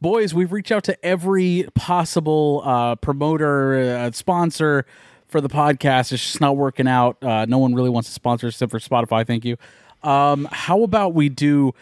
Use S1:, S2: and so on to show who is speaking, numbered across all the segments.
S1: boys, we've reached out to every possible uh, promoter, uh, sponsor for the podcast. It's just not working out. Uh, no one really wants to sponsor us except for Spotify. Thank you. Um, how about we do?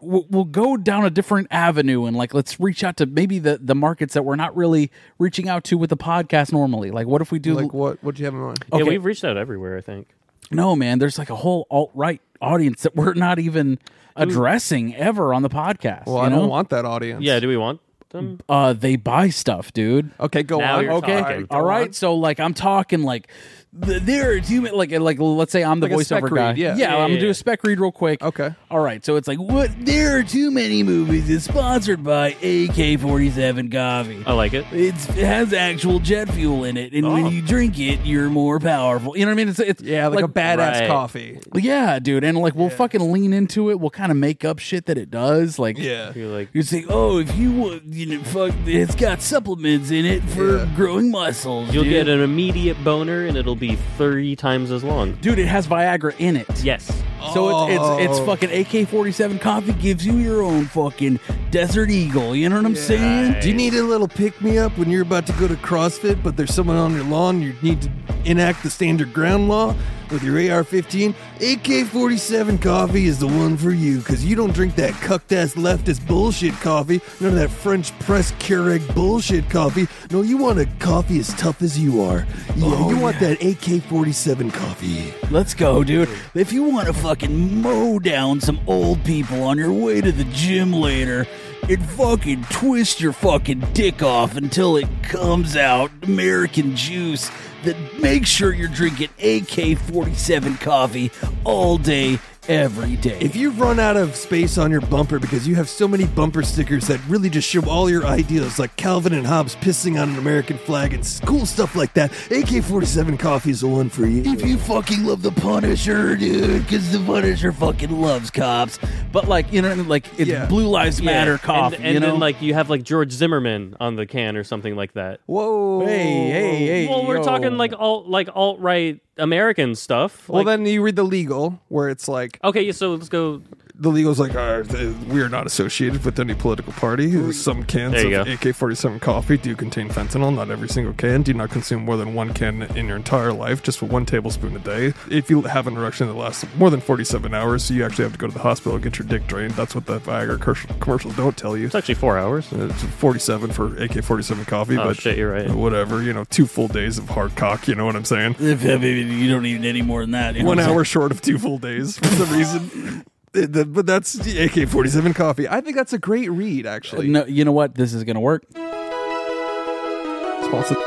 S1: We'll, we'll go down a different avenue and like let's reach out to maybe the the markets that we're not really reaching out to with the podcast normally. Like, what if we do?
S2: Like what? What do you have in mind?
S1: Okay.
S3: Yeah, we've reached out everywhere. I think.
S1: No, man, there's like a whole alt right audience that we're not even addressing ever on the podcast.
S2: well,
S1: you
S2: I
S1: know?
S2: don't want that audience.
S3: Yeah. Do we want them?
S1: Uh, they buy stuff, dude.
S2: Okay, go
S3: Now
S2: on.
S3: you're
S2: okay,
S3: talking.
S1: All right, so like I'm talking like th- there it's human like like let's say I'm the
S2: Like a spec
S1: voiceover guy.
S2: read, yeah.
S1: yeah,
S3: Yeah,
S1: I'm gonna
S3: yeah,
S1: do
S3: yeah.
S1: a spec read real quick.
S2: Okay.
S1: All right, so it's like what there are too many movies is sponsored by AK47 coffee.
S2: Oh.
S3: I like it.
S1: It's, it has actual jet fuel in it, and
S3: Oh.
S1: when you drink it, you're more powerful. You know what I mean? It's, it's
S2: Yeah, like, a badass
S3: Right.
S2: coffee.
S1: Yeah, dude, and like we'll fucking lean into it. We'll kind of make up shit that it does. Like,
S2: Yeah.
S3: You're like,
S1: you say, oh, if you want, you know, fuck, it's got supplements in it for
S2: Yeah.
S1: growing muscles.
S3: you'll
S1: dude.
S3: get an immediate boner, and it'll be thirty times as long.
S1: dude. It has Viagra in it.
S3: Yes.
S1: So it's, it's
S2: Oh.
S1: it's fucking AK forty seven coffee gives you your own fucking Desert Eagle. You know what I'm saying?
S3: Right.
S2: Do you need a little pick me up when you're about to go to CrossFit, but there's someone on your lawn? You need to enact the standard ground law with your AR 15? AK 47 coffee is the one for you because you don't drink that cucked ass leftist bullshit coffee, none of that French press Keurig bullshit coffee. No, you want a coffee as tough as you are. Yeah, you want that AK 47 coffee.
S1: Let's go, dude. If you want to fucking mow down some old people on your way to the gym later and fucking twist your fucking dick off until it comes out American juice, then make sure you're drinking AK 47 coffee all day, every day.
S2: If you've run out of space on your bumper because you have so many bumper stickers that really just show all your ideas, like Calvin and Hobbes pissing on an American flag and s- cool stuff like that, AK 47 coffee is the one for you.
S1: If you fucking love the Punisher, dude, because the Punisher fucking loves cops. But like, you know, like it's
S2: Yeah.
S1: Blue Lives Matter
S3: Yeah.
S1: coffee,
S3: And, and
S1: you know,
S3: then like you have like George Zimmerman on the can or something like that.
S2: Whoa.
S1: Hey, hey, hey.
S3: well, we're
S1: yo.
S3: talking like alt like alt right American stuff. Like,
S2: then you read the legal, where it's like
S3: okay, yeah, so let's go.
S2: the legal's like, uh, th- we are not associated with any political party. Some cans
S3: There you
S2: of
S3: go.
S2: AK 47 coffee do contain fentanyl, not every single can. Do not consume more than one can in your entire life, just for one tablespoon a day. If you have an erection that lasts more than 47 hours, you actually have to go to the hospital and get your dick drained. That's what the Viagra commercial- commercials don't tell you.
S3: It's actually four hours.
S2: It's 47 for AK 47 coffee,
S3: Oh,
S2: but
S3: shit, you're right.
S2: whatever, you know, two full days of hard cock, you know what I'm saying?
S1: If, if- if you don't need any more than that. you know
S2: one
S1: what I'm
S2: hour short of two full days for some reason. It- the- but that's the AK 47 coffee. I think that's a great read, actually.
S1: saying? No, you know what? This is gonna work.
S3: Oh.
S2: Sponsored-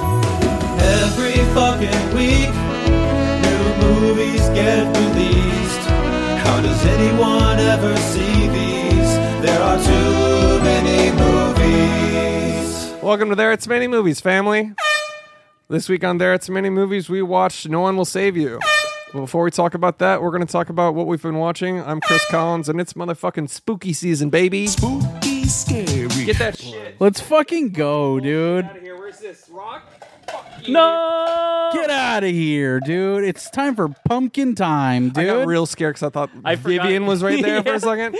S4: Every fucking week, new movies get released. How does anyone ever see these? There are too many movies.
S2: Welcome to There It's Many Movies, family. This week on There It's Many Movies, we watched No One Will Save You. But Before we talk about that, we're going to talk about what we've been watching. I'm Chris Collins, and it's motherfucking spooky season, baby. Spooky scary. Get that shit
S1: Let's fucking go, dude.
S2: out of here. Where's this rock?
S3: No,
S1: Get out of here, dude. It's time for pumpkin time, dude.
S2: I got real scared because I thought
S3: I forgot-
S2: Vivian was right there for
S3: Yeah.
S2: a second.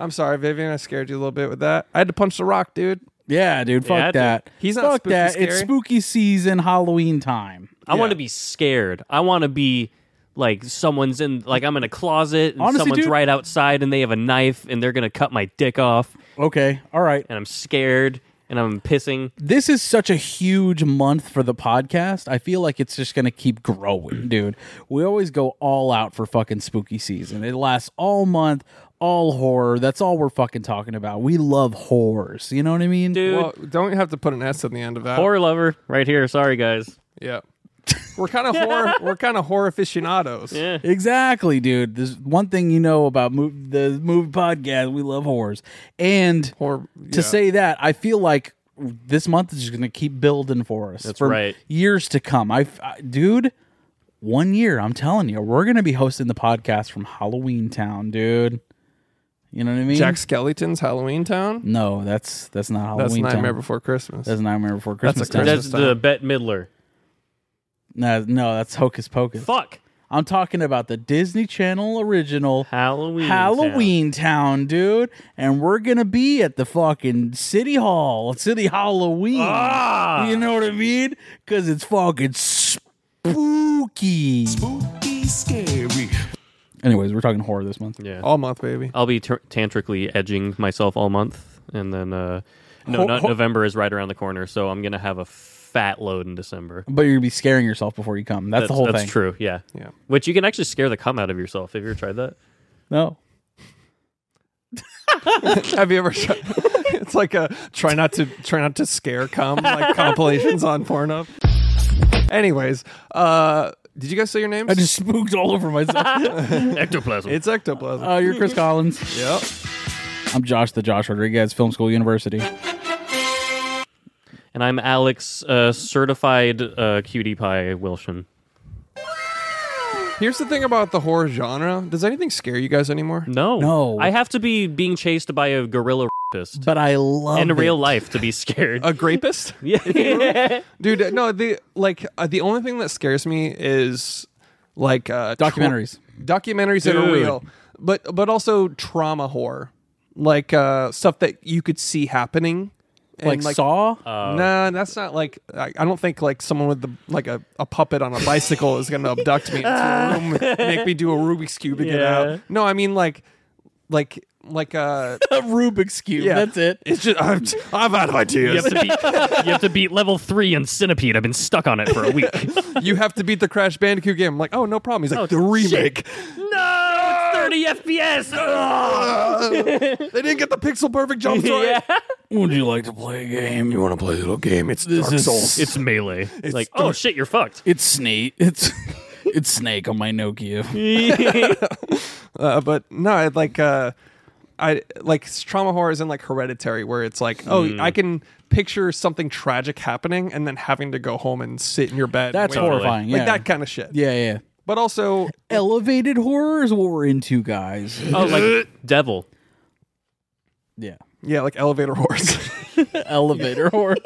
S2: I'm sorry, Vivian. I scared you a little bit with that. I had to punch the rock, dude.
S1: yeah, dude. Fuck
S3: Yeah, dude.
S1: that.
S2: He's not
S1: fuck
S2: spooky
S1: that.
S2: scary.
S1: It's spooky season, Halloween time.
S3: I want
S2: Yeah.
S3: to be scared. I want to be like someone's in like I'm in a closet and
S1: Honestly,
S3: someone's
S1: dude-
S3: right outside and they have a knife and they're gonna cut my dick off
S1: Okay, all right.
S3: and I'm scared and I'm pissing.
S1: this is such a huge month for the podcast. I feel like it's just going to keep growing, dude. We always go all out for fucking spooky season. It lasts all month, all horror. That's all we're fucking talking about. We love horrors. You know what I mean?
S3: Dude.
S2: Well, don't have to put an S on the end of that.
S3: Horror lover, right here. Sorry guys.
S2: Yeah. We're kind of horror. We're kind of horror aficionados.
S3: Yeah.
S1: Exactly, dude. There's one thing you know about mov- the movie podcast. We love horrors. And
S2: Horror.
S1: to
S2: yeah.
S1: say that, I feel like this month is just going to keep building for us That's for
S3: right.
S1: years to come. I, I dude, one year, I'm telling you, we're going to be hosting the podcast from Halloween Town, dude. You know what I mean?
S2: Jack Skellington's Halloween Town.
S1: no, that's that's not Halloween
S2: That's Nightmare
S1: Town.
S2: Before Christmas.
S1: That's Nightmare Before
S2: That's a
S1: Christmas. Town.
S2: Christmas-
S3: That's the Bette Midler.
S1: no, no, that's Hocus Pocus.
S3: Fuck.
S1: I'm talking about the Disney Channel original
S3: Halloween.
S1: Halloween Town, dude. And we're gonna be at the fucking City Hall, City Halloween.
S3: Ah!
S1: You know what I mean? Because it's fucking spooky.
S5: Spooky, scary.
S1: Anyways, we're talking horror this month.
S3: Yeah.
S2: All month, baby.
S3: I'll be t- tantrically edging myself all month, and then uh, no,
S1: Ho-
S3: not
S1: ho-
S3: November is right around the corner, so I'm gonna have a fat load in December.
S1: But you're gonna be scaring yourself before you come. That's, the whole
S3: that's
S1: thing.
S3: true. Yeah.
S2: Yeah.
S3: Which you can actually scare the cum out of yourself. Have you ever tried that?
S1: No.
S2: Have you ever? Tried, it's like a try not to try not to scare com like compilations on Pornhub. Anyways, uh, did you guys say your names?
S1: I just spooked all over myself.
S3: Ectoplasm.
S2: it's ectoplasm.
S1: uh, you're Chris Collins.
S2: yep.
S1: I'm Josh, the Josh Rodriguez, Film School University.
S3: and I'm Alex, uh, certified uh, cutie pie Wilson.
S2: Here's the thing about the horror genre. Does anything scare you guys anymore?
S3: No,
S1: No.
S3: I have to be being chased by a gorilla rapist
S1: But I love
S3: in
S1: it.
S3: real life to be scared.
S2: A grapist?
S3: yeah.
S2: Dude, uh, no, the like uh, the only thing that scares me is like uh tra-
S1: Documentaries.
S2: documentaries that are
S3: Dude.
S2: real, but but also trauma horror. Like uh stuff that you could see happening. and,
S1: like, Saw.
S3: uh,
S2: Nah, that's not like I, I don't think like someone with the like a, a puppet on a bicycle is gonna abduct me into a room, make me do a Rubik's cube to get
S3: Yeah.
S2: out. No, I mean like like like uh
S1: Rubik's cube.
S2: yeah.
S1: That's it.
S2: It's just I've, I've had
S3: You
S2: ideas.
S3: have, to beat, you have to beat level three in Centipede. I've been stuck on it for a week.
S2: you have to beat the Crash Bandicoot game. I'm like, oh no problem. He's like the remake.
S3: no, it's 30 FPS.
S2: They didn't get the pixel perfect jump right.
S3: Yeah.
S1: Would you like to play a game?
S2: You want to play a little game? It's Dark
S1: is-
S2: Souls.
S3: It's melee. like, oh
S2: dark.
S3: shit, you're fucked.
S1: It's Snake. It's it's Snake on my Nokia.
S3: Oh,
S2: uh, but no, I like uh, I like s- trauma horror is in like Hereditary, where it's like, oh,
S1: Hmm.
S2: I can picture something tragic happening and then having to go home and sit in your bed.
S1: That's
S2: and wait.
S1: horrifying.
S2: Like
S1: yeah.
S2: that kind of shit.
S1: yeah, yeah.
S2: But also,
S1: Elevated horror is what we're into, guys.
S3: Oh, like devil.
S1: Yeah.
S2: yeah, like elevator horse.
S1: Elevator horror.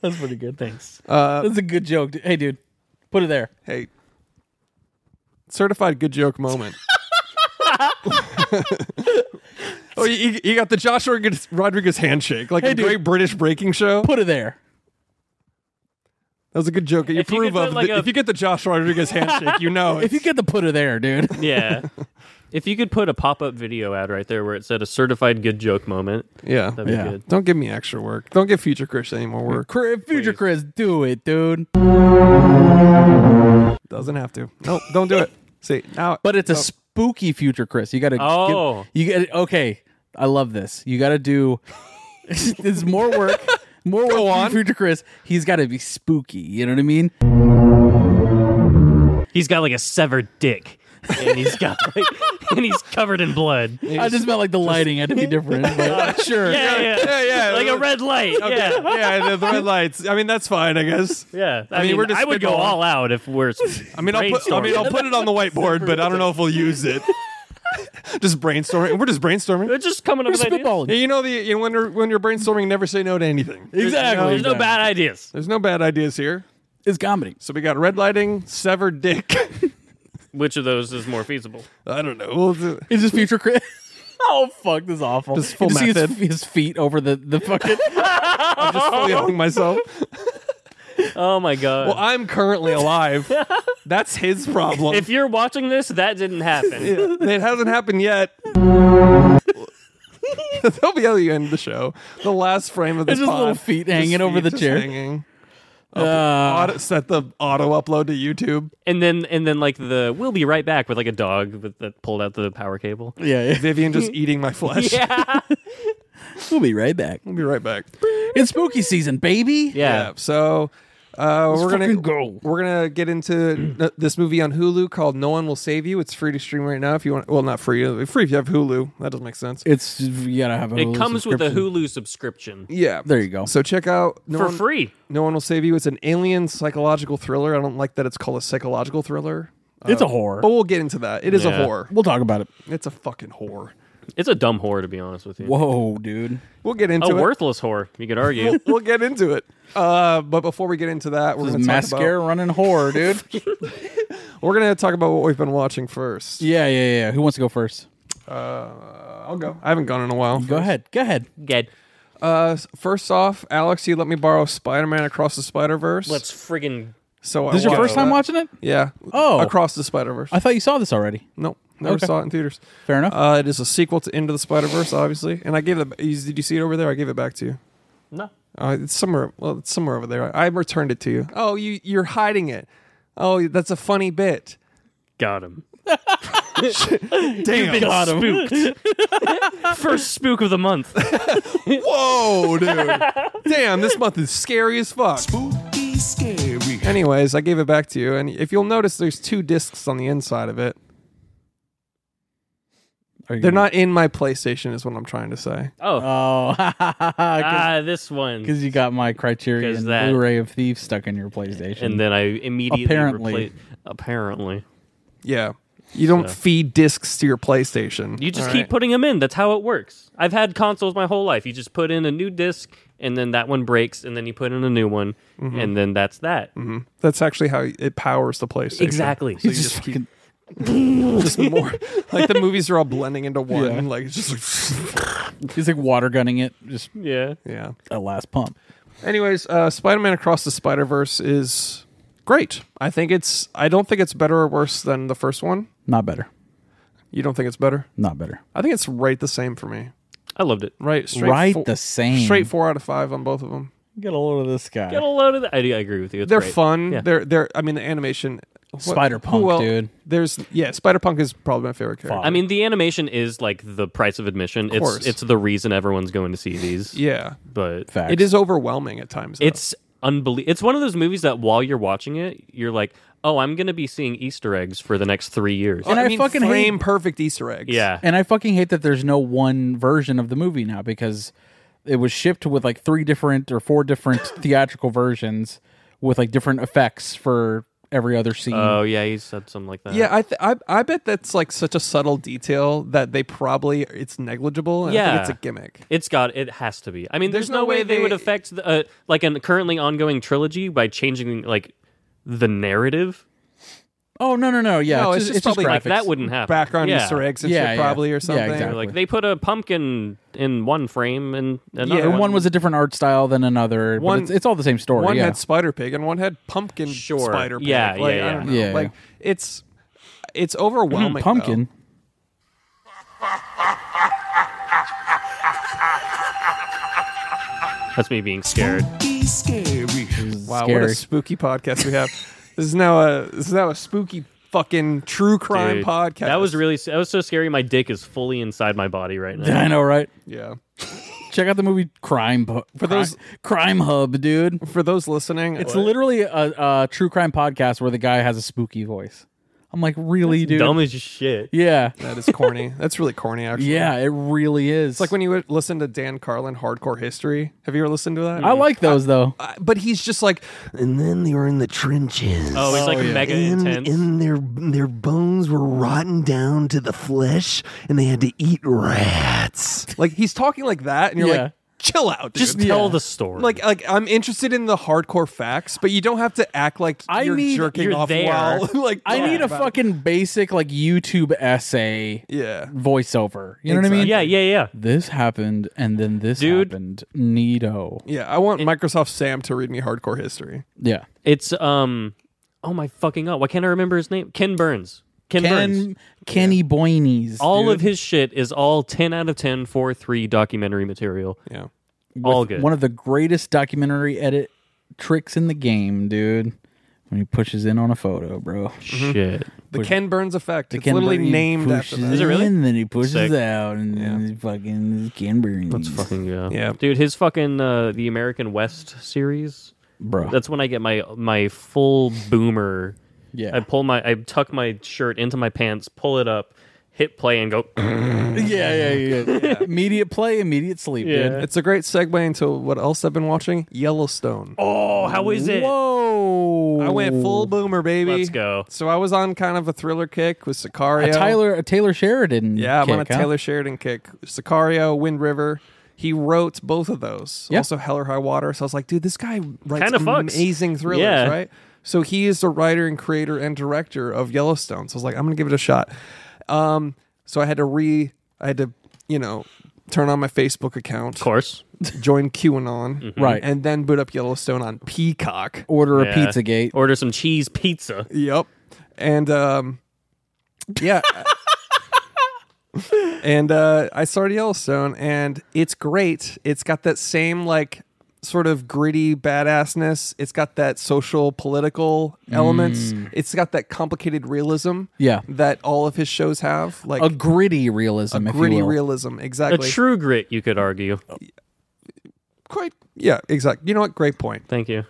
S1: That's pretty good. Thanks.
S2: uh,
S1: That's a good joke. dude. Hey, dude, put it there.
S2: hey, certified good joke moment. oh, you, you got the Josh Rodriguez- Rodriguez handshake, like
S1: Hey,
S2: a
S1: dude.
S2: great British breaking show.
S1: Put it there.
S2: That was a good joke. that You
S3: If you
S2: approve
S3: could do
S2: of
S3: like
S2: the-
S3: a-
S2: if you get the Josh Rodriguez handshake, you know.
S1: If you get the put it there, dude.
S3: Yeah. if you could put a pop up video ad right there where it said a certified good joke moment,
S2: yeah.
S3: that'd
S1: Yeah.
S3: be good.
S2: Don't give me extra work. Don't give future Chris any more work.
S1: Chris, future Chris, do it, dude.
S2: Doesn't have to. Nope. Don't do it. See now,
S1: But it's a
S2: no.
S1: spooky future Chris. You got to.
S3: Oh.
S1: you get okay. I love this. You got to do. it's more work. More work for
S2: on.
S1: future Chris. He's got to be spooky. You know what I mean?
S3: He's got like a severed dick. and he's got like, and he's covered in blood. Yeah,
S1: I just meant like the lighting had to be different. But sure.
S3: yeah.
S2: Yeah, yeah.
S3: Like a red light. Yeah.
S2: yeah, the, the red lights. I mean, that's fine, I guess.
S3: Yeah, I,
S2: mean,
S3: mean,
S2: we're just
S3: I would go
S2: spitballing.
S3: all out if we're.
S2: I mean, I'll put, I mean, I'll put it on the whiteboard, but I don't know if we'll use it. just brainstorming. We're just brainstorming.
S3: just coming up
S1: We're
S3: with ideas.
S1: spitballing.
S2: Yeah, you know the you know, when you're, when you're brainstorming, never say no to anything.
S1: Exactly.
S3: There's no
S1: Exactly.
S3: bad ideas.
S2: There's no bad ideas here.
S1: It's comedy.
S2: So we got red lighting, severed dick.
S3: Which of those is more feasible?
S2: I don't know. We'll do-
S1: It's just future Chris. oh fuck, this is awful.
S2: Just full
S1: You see his,
S2: method.
S1: his feet over the the fucking.
S2: I'm just fully hung myself.
S3: Oh my god!
S2: Well, I'm currently alive. That's his problem.
S3: if you're watching this, that didn't happen.
S2: it hasn't happened yet. That'll be how you end the show. The last frame of this
S1: It's just
S2: pod.
S1: little feet hanging
S2: Just
S1: over
S2: feet
S1: the
S2: just
S1: chair.
S2: Hanging.
S1: Uh,
S2: Auto- set the auto upload to YouTube.
S3: And then, and then, like the we'll be right back with like a dog with, that pulled out the power cable.
S1: yeah, yeah.
S2: Vivian just eating my flesh.
S3: Yeah,
S1: We'll be right back.
S2: We'll be right back.
S1: It's spooky season, baby.
S3: yeah.
S2: so uh, we're gonna
S1: fucking go.
S2: We're gonna get into n- this movie on Hulu called No One Will Save You. It's free to stream right now if you want. Well, not free. uh, Free if you have Hulu. That doesn't make sense.
S1: It's you gotta have a.
S3: It
S1: Hulu
S3: comes with a
S1: subscription.
S3: Hulu subscription
S2: yeah.
S1: There you go.
S2: So check out no
S3: for
S2: one,
S3: free.
S2: No one will save you. It's an alien psychological thriller. I don't like that it's called a psychological thriller,
S1: it's a horror.
S2: but we'll get into that. It is
S3: Yeah.
S2: a whore.
S1: We'll talk about it.
S2: It's a fucking whore.
S3: It's a dumb whore, to be honest with you.
S1: Whoa, dude.
S2: We'll get
S3: a
S2: into it.
S3: worthless whore, you could argue.
S2: we'll get into it. Uh, but before we get into that, we're
S1: This
S2: going
S1: is
S2: to talk
S1: mascara
S2: about
S1: running whore, dude.
S2: we're going to talk about what we've been watching first.
S1: yeah, yeah, yeah. Who wants to go first?
S2: Uh, I'll go. I haven't gone in a while.
S1: Go ahead. Go ahead.
S3: Good.
S2: Uh, s- first off, Alex, you let me borrow Spider-Man Across the Spider-Verse.
S3: Let's friggin'
S2: So I
S1: This is your
S2: watched
S1: first time
S2: that.
S1: watching it?
S2: Yeah.
S1: Oh.
S2: Across the Spider-Verse.
S1: I thought you saw this already.
S2: nope. Never
S1: Okay.
S2: saw it in theaters.
S1: Fair enough.
S2: Uh, it is a sequel to Into the Spider Verse, obviously. And I gave it. you- Did you see it over there? I gave it back to you.
S3: no.
S2: Uh, it's somewhere. Well, it's somewhere over there. I, I returned it to you. Oh, you you're hiding it. Oh, that's a funny bit.
S3: Got him.
S2: Damn.
S1: Got him.
S3: First spook of the month.
S2: Whoa,
S1: Oh,
S2: dude. Damn, this month is scary as fuck.
S4: Spooky, scary.
S2: Anyways, I gave it back to you, and if you'll notice, there's two discs on the inside of it.
S1: Are you
S2: They're
S1: gonna-
S2: not in my PlayStation, is what I'm trying to say.
S3: Oh,
S1: Oh, because
S3: ah, this one.
S1: you got my Criterion
S3: 'Cause that-
S1: Blu-ray of Thieves stuck in your PlayStation.
S3: and then I immediately
S1: Apparently.
S3: replaced. Apparently,
S2: Yeah, you don't
S3: So.
S2: feed discs to your PlayStation.
S3: you just
S2: all
S3: keep
S2: right?
S3: putting them in. That's how it works. I've had consoles my whole life. You just put in a new disc, and then that one breaks, and then you put in a new one, and then that's that.
S2: That's actually how it powers the PlayStation.
S3: Exactly.
S2: So you just, keep just more like the movies are all blending into one. Like it's just like
S1: he's like water gunning it, just
S3: Yeah.
S2: yeah.
S1: a last pump.
S2: Anyways, uh, Spider-Man Across the Spider-Verse is great. I think it's. I don't think it's better or worse than the first one.
S1: Not better.
S2: You don't think it's better?
S1: Not better.
S2: I think it's right the same for me.
S3: I loved it.
S2: Right, straight
S1: right
S2: fo-
S1: the same.
S2: straight four out of five on both of them.
S1: Get a load of this guy.
S3: Get a load of that. I, I agree with you. It's
S2: They're
S3: great.
S2: fun.
S3: Yeah.
S2: They're they're. I mean, the animation. what-
S1: Spider-Punk,
S2: who el-
S1: dude.
S2: There's yeah, Spider Punk is probably my favorite character.
S1: Fuck.
S3: I mean, the animation is like the price of admission.
S2: course.
S3: It's it's the reason everyone's going to see these.
S2: Yeah,
S3: But
S1: Facts.
S2: it is overwhelming at times. though.
S3: it's unbelievable. It's one of those movies that while you're watching it, you're like, oh, I'm gonna be seeing Easter eggs for the next three years.
S1: and I
S2: mean,
S1: fucking hate-
S2: frame perfect Easter eggs.
S3: yeah.
S1: And I fucking hate that there's no one version of the movie now because it was shipped with like three different or four different theatrical versions with like different effects for every other scene.
S2: Uh,
S3: Oh yeah, he said something like that.
S2: Yeah, I, th- I I bet that's like such a subtle detail that they probably it's negligible. And I think
S3: Yeah.
S2: it's a gimmick.
S3: It's got. It has to be. I mean,
S2: There's
S3: there's,
S2: no
S3: no way
S2: way
S3: they, would
S2: they-
S3: affect the, uh, like a currently ongoing trilogy by changing like the narrative.
S1: oh no no no yeah.
S2: No,
S1: it's, just,
S2: it's just
S1: it's just
S2: probably
S3: Like
S1: graphics.
S3: that wouldn't happen.
S2: Background
S3: yeah.
S2: Easter eggs and
S1: Yeah,
S2: shit
S1: yeah.
S2: probably
S1: Yeah,
S2: or something.
S1: exactly.
S3: Like they put a pumpkin in one frame and another
S2: Yeah,
S1: And one was a different art style than another.
S2: One-
S1: but it's, it's all the same story.
S2: One
S1: yeah.
S2: had spider pig and one had pumpkin
S3: Sure.
S2: spider pig.
S3: Yeah,
S2: like,
S3: yeah,
S2: I
S3: yeah.
S2: don't know.
S1: Yeah, Mm-hmm.
S2: like it's it's overwhelming.
S1: pumpkin.
S3: That's me being scared.
S4: Spooky, scary.
S2: though. Wow, what
S1: Scary.
S2: a spooky podcast we have. this is now a this is now a spooky fucking true crime
S3: Dude,
S2: podcast.
S3: That was really that was so scary. My dick is fully inside my body right now.
S1: I know, right?
S2: yeah.
S1: Check out the movie Crime Pu- for
S2: those-
S1: Crime Hub, dude.
S2: For those listening,
S1: It's literally a, a true crime podcast where the guy has a spooky voice. I'm like, really, dude?
S3: Dumb as shit.
S1: Yeah,
S2: that is corny. That's really corny actually.
S1: yeah, it really is.
S2: It's like when you would listen to Dan Carlin Hardcore History. Have you ever listened to that?
S1: I like those though.
S2: I- but he's just like
S6: And then they were in the trenches.
S3: Oh, he's like
S1: Oh, yeah.
S3: mega
S6: and,
S3: intense.
S6: and their their bones were rotten down to the flesh, and they had to eat rats.
S2: like he's talking like that, and you're
S1: Yeah.
S2: like, chill out, dude.
S3: Just tell the story.
S2: like like I'm interested in the hardcore facts, but you don't have to act like
S1: I
S2: you're
S1: need-
S2: jerking
S3: you're
S2: off
S3: there.
S2: while like
S1: I
S2: talking
S1: need a
S2: about it.
S1: fucking basic like YouTube essay
S2: yeah.
S1: voiceover. You know what I mean?
S3: yeah, yeah, yeah.
S1: This happened, and then this
S3: Dude.
S1: happened. Neato.
S2: Yeah, I want Microsoft Sam to read me hardcore history.
S1: Yeah.
S3: It's um oh my fucking god, why can't I remember his name? Ken Burns. Ken, Burns.
S1: Ken Kenny Boynies.
S3: All of
S1: dude.
S3: his shit is all 10 out of 10 4 3 documentary material.
S2: Yeah.
S3: all good.
S1: one of the greatest documentary edit tricks in the game, dude. When he pushes in on a photo, bro.
S3: shit.
S2: The Ken Burns effect. It's
S1: Ken
S2: literally
S1: Burns
S2: named after
S1: pushes
S2: that.
S3: Is it really?
S1: In, then he pushes
S3: Sick.
S1: out, and then he fucking Ken Burns.
S3: It's fucking yeah.
S2: Yeah.
S3: Dude, his fucking uh the American West series.
S1: bro.
S3: That's when I get my my full boomer
S1: yeah.
S3: I pull my I tuck my shirt into my pants, pull it up, hit play and go.
S1: yeah, yeah, yeah. Immediate play, immediate sleep, dude.
S2: It's a great segue into what else I've been watching Yellowstone.
S3: oh, how is it?
S1: Whoa!
S2: I went
S1: Oh.
S2: full boomer, baby.
S3: Let's go.
S2: So I was on kind of a thriller kick with Sicario.
S1: a Tyler, a Taylor Sheridan.
S2: Yeah, I'm on a
S1: kick, huh?
S2: Taylor Sheridan kick. Sicario, Wind River. He wrote both of those.
S1: Yeah.
S2: Also Hell or High Water. So I was like, dude, this guy writes
S3: Kinda fucks.
S2: amazing thrillers,
S3: Yeah.
S2: right? So he is the writer and creator and director of Yellowstone. So I was like, I'm gonna give it a shot. Um, so I had to re I had to, you know, turn on my Facebook account,
S3: Of course. Mm-hmm.
S2: join QAnon,
S1: Right.
S2: and then boot up Yellowstone on Peacock.
S1: Order a
S3: Yeah.
S1: pizza gate.
S3: Order some cheese pizza.
S2: Yep. And um yeah. and uh I started Yellowstone and it's great. It's got that same like sort of gritty badassness. It's got that social political elements. It's got that complicated realism
S1: Mm. Yeah.
S2: that all of his shows have. Like
S1: A gritty realism, if
S2: gritty
S1: you will.
S2: realism.
S3: A
S2: Exactly.
S3: true grit, you could argue.
S2: Quite yeah, exactly. You know what? Great point.
S3: Thank you.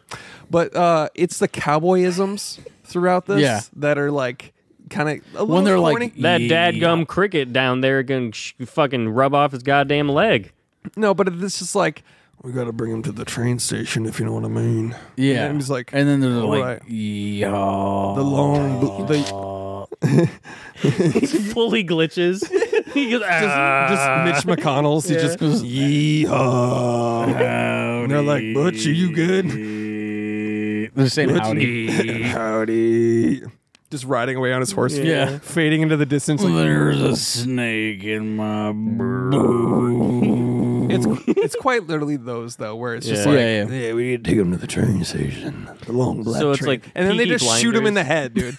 S2: But uh it's the cowboyisms throughout this
S1: Yeah.
S2: that are like kind of a little
S1: When they're like,
S2: corny.
S3: That
S1: Yeah.
S3: dadgum cricket down there can sh- fucking rub off his goddamn leg.
S2: No, but this is like
S6: We gotta bring him to the train station if you know what I mean.
S1: Yeah,
S2: And he's like,
S1: and then they're like,
S2: right.
S1: "Yo,
S2: the long. bl- the, just,
S3: Fully glitches. he goes, "Ah."
S2: just Mitch McConnell's. He just goes,
S6: Yeehaw! and they're like, Butch, are you good?
S1: they're saying howdy."
S6: Howdy.
S2: just riding away on his horse.
S1: Yeah.
S2: Fading into the distance. Like,
S1: There's a snake in my bro.
S2: it's it's quite literally those though, where it's just
S3: Yeah.
S2: like,
S1: yeah, yeah,
S6: Yeah, we need to take him to the train station. The long black
S3: so it's
S6: train.
S3: like,
S2: and then they
S3: Peaky
S2: just shoot him in the
S3: Blinders.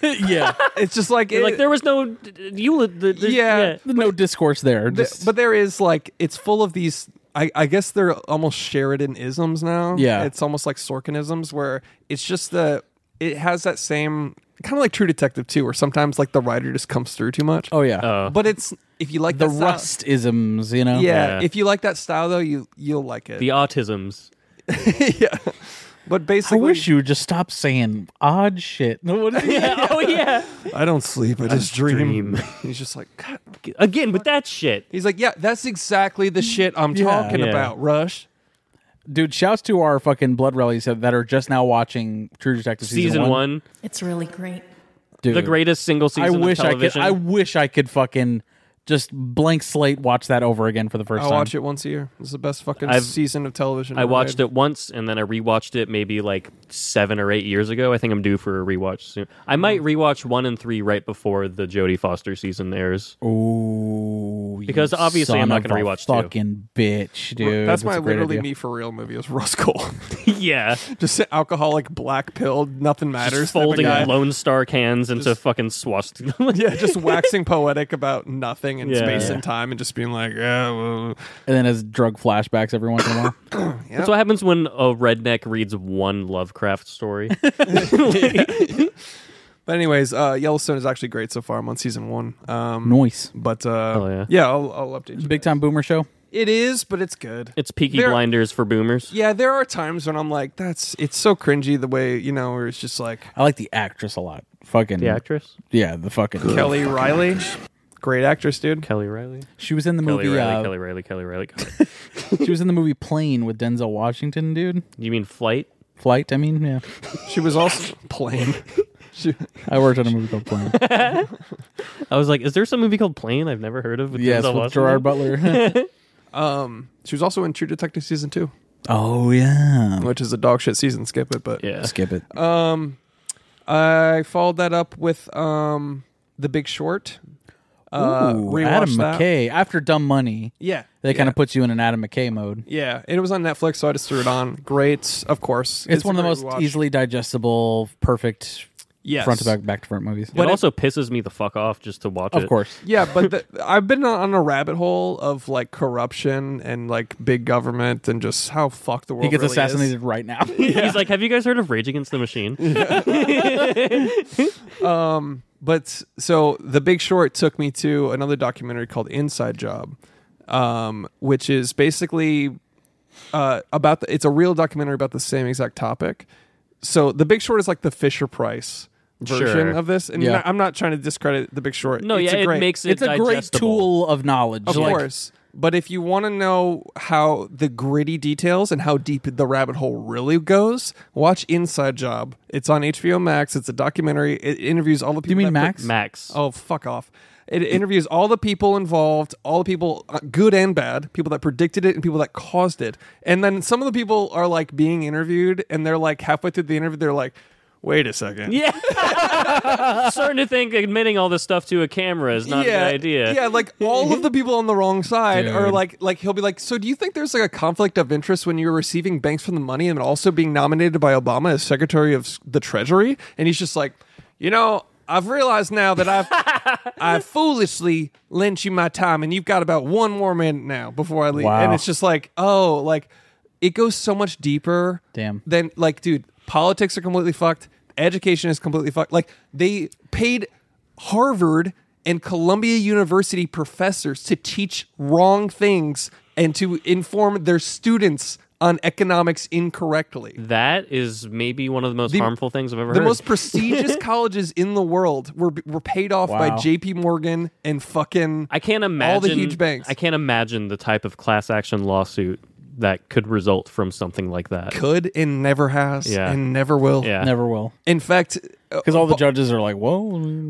S2: head, dude.
S1: yeah.
S2: it's just like,
S3: Like
S2: it-
S3: there was no you. The, the,
S2: Yeah.
S1: No discourse there.
S2: th-
S1: Just,
S2: but there is like it's full of these. I, I guess they're almost Sheridan isms now.
S1: Yeah.
S2: it's almost like Sorkinisms, where it's just the it has that same kind of like True Detective too, where sometimes like the writer just comes through too much.
S1: oh yeah,
S3: Uh,
S2: but it's if you like
S1: the
S2: that style-
S1: rust isms. You know.
S2: Yeah,
S3: Yeah.
S2: if you like that style though, you you'll like it.
S3: the autisms.
S2: yeah, but
S1: I
S2: basically,
S1: wish you would just stop saying odd shit. No, What is it?
S3: oh yeah.
S6: I don't sleep, I just dream.
S2: he's just like, God.
S3: Again with that shit.
S2: he's like, yeah, that's exactly the shit I'm
S1: Yeah.
S2: talking
S3: Yeah.
S2: about, Rush.
S1: Dude, shouts to our fucking blood rallies that are just now watching True Detective season,
S3: Season one,
S7: It's really great.
S1: Dude,
S3: the greatest single season
S1: I wish
S3: of
S1: I could.
S3: television.
S1: I wish I could fucking just blank slate watch that over again for the 1st
S2: I
S1: time.
S2: watch it once a year. It's the best fucking
S3: I've-
S2: season of television.
S3: I watched it once and then I rewatched it maybe like seven or eight years ago. I think I'm due for a rewatch soon. I might rewatch one and three right before the Jodie Foster season airs.
S1: Ooh, you
S3: Because obviously I'm
S1: son
S3: not
S1: of
S3: gonna
S1: a
S3: rewatch two.
S1: Fucking bitch, dude.
S2: That's my
S1: a great
S2: literally
S1: idea.
S2: me for real movie is Russ Cole.
S3: yeah,
S2: just an alcoholic, black pilled, nothing matters. type of
S3: just folding
S2: guy.
S3: Lone Star cans into fucking swastika.
S2: yeah, just waxing poetic about nothing and
S3: Yeah.
S2: space
S3: Yeah.
S2: and time, and just being like, yeah, well,
S1: And then has drug flashbacks every once in a while.
S3: That's what happens when a redneck reads one Lovecraft story.
S2: But anyways, uh, Yellowstone is actually great so far. I'm on season one. Um,
S1: Noise.
S2: But uh,
S3: Oh, yeah.
S2: yeah, I'll, I'll update you.
S1: Big time boomer show.
S2: It is, but it's good.
S3: It's Peaky
S2: There-
S3: Blinders for boomers.
S2: yeah, there are times when I'm like, that's it's so cringy the way you know, where it's just like
S1: I like the actress a lot. Fucking
S3: The actress
S1: Yeah, the fucking
S2: Kelly Riley, great actress, dude.
S3: Kelly Riley.
S1: She was in the
S3: Kelly
S1: movie.
S3: Riley,
S1: uh,
S3: Kelly Riley, Kelly Riley. Kelly-
S1: she was in the movie Plane with Denzel Washington, dude.
S3: you mean flight?
S1: Flight. I mean, yeah.
S2: She was also playing. She,
S1: I worked on a movie called Plane.
S3: I was like, is there some movie called Plane I've never heard of? With
S1: yes,
S3: Denzel
S1: with
S3: Washington?
S1: Gerard Butler.
S2: um, she was also in True Detective season two,
S1: oh yeah.
S2: which is a dog shit season. Skip it, but
S3: Yeah.
S1: Skip it.
S2: um, I followed that up with um, The Big Short. Uh,
S1: Ooh,
S2: rewatched
S1: Adam
S2: that.
S1: McKay. After Dumb Money,
S2: Yeah,
S1: that
S2: yeah.
S1: kind of puts you in an Adam McKay mode.
S2: Yeah, and it was on Netflix, so I just threw it on. Great, of course.
S1: It's, one of
S2: a
S1: the
S2: great
S1: most
S2: watch.
S1: easily digestible, perfect
S2: yes.
S1: front to back, back to front movies.
S3: But it also pisses me the fuck off just to watch it.
S1: of course,
S2: Yeah, but the, I've been on a rabbit hole of like corruption and like big government and just how fucked the world.
S1: he gets
S2: really is.
S1: assassinated right now.
S3: He's like, have you guys heard of Rage Against the Machine?
S2: But so The Big Short took me to another documentary called Inside Job, um, which is basically uh, about the, it's a real documentary about the same exact topic. So The Big Short is like the Fisher Price version
S3: Sure.
S2: of this. And
S1: Yeah.
S2: not- I'm not trying to discredit The Big Short.
S3: No,
S2: It's
S3: yeah,
S2: a great,
S3: it makes it
S1: it's a great
S3: digestible.
S1: tool of knowledge.
S2: Of
S1: like-
S2: course. But if you want to know how the gritty details and how deep the rabbit hole really goes, watch Inside Job. It's on HBO Max. It's a documentary. It interviews all the people.
S1: you mean
S2: that put-
S1: Max?
S3: Max.
S2: Oh, fuck off. It interviews all the people involved, all the people, uh, good and bad, people that predicted it and people that caused it. And then some of the people are like being interviewed and they're like halfway through the interview, they're like, wait a second.
S3: Yeah. Starting to think admitting all this stuff to a camera is not a good idea.
S2: Yeah, like all of the people on the wrong side are
S1: Dude.
S2: like, like he'll be like, so do you think there's like a conflict of interest when you're receiving banks from the money and also being nominated by Obama as Secretary of s- the Treasury? And he's just like, you know, I've realized now that I've I foolishly lent you my time, and you've got about one more minute now before I leave.
S1: Wow.
S2: And it's just like, oh, like it goes so much deeper.
S1: Damn.
S2: Than like, dude, politics are completely fucked. Education is completely fucked. Like they paid Harvard and Columbia University professors to teach wrong things and to inform their students on economics incorrectly
S3: That is maybe one of the most harmful things I've ever
S2: the
S3: heard.
S2: most prestigious colleges in the world were were paid off by
S1: Wow.
S2: J.P. Morgan and fucking.
S3: I can't imagine
S2: all the huge banks.
S3: I can't imagine the type of class action lawsuit that could result from something like that.
S2: could and never has
S3: Yeah.
S2: and never will.
S3: Yeah.
S1: Never will.
S2: In fact, uh,
S1: Because all the judges are like, whoa.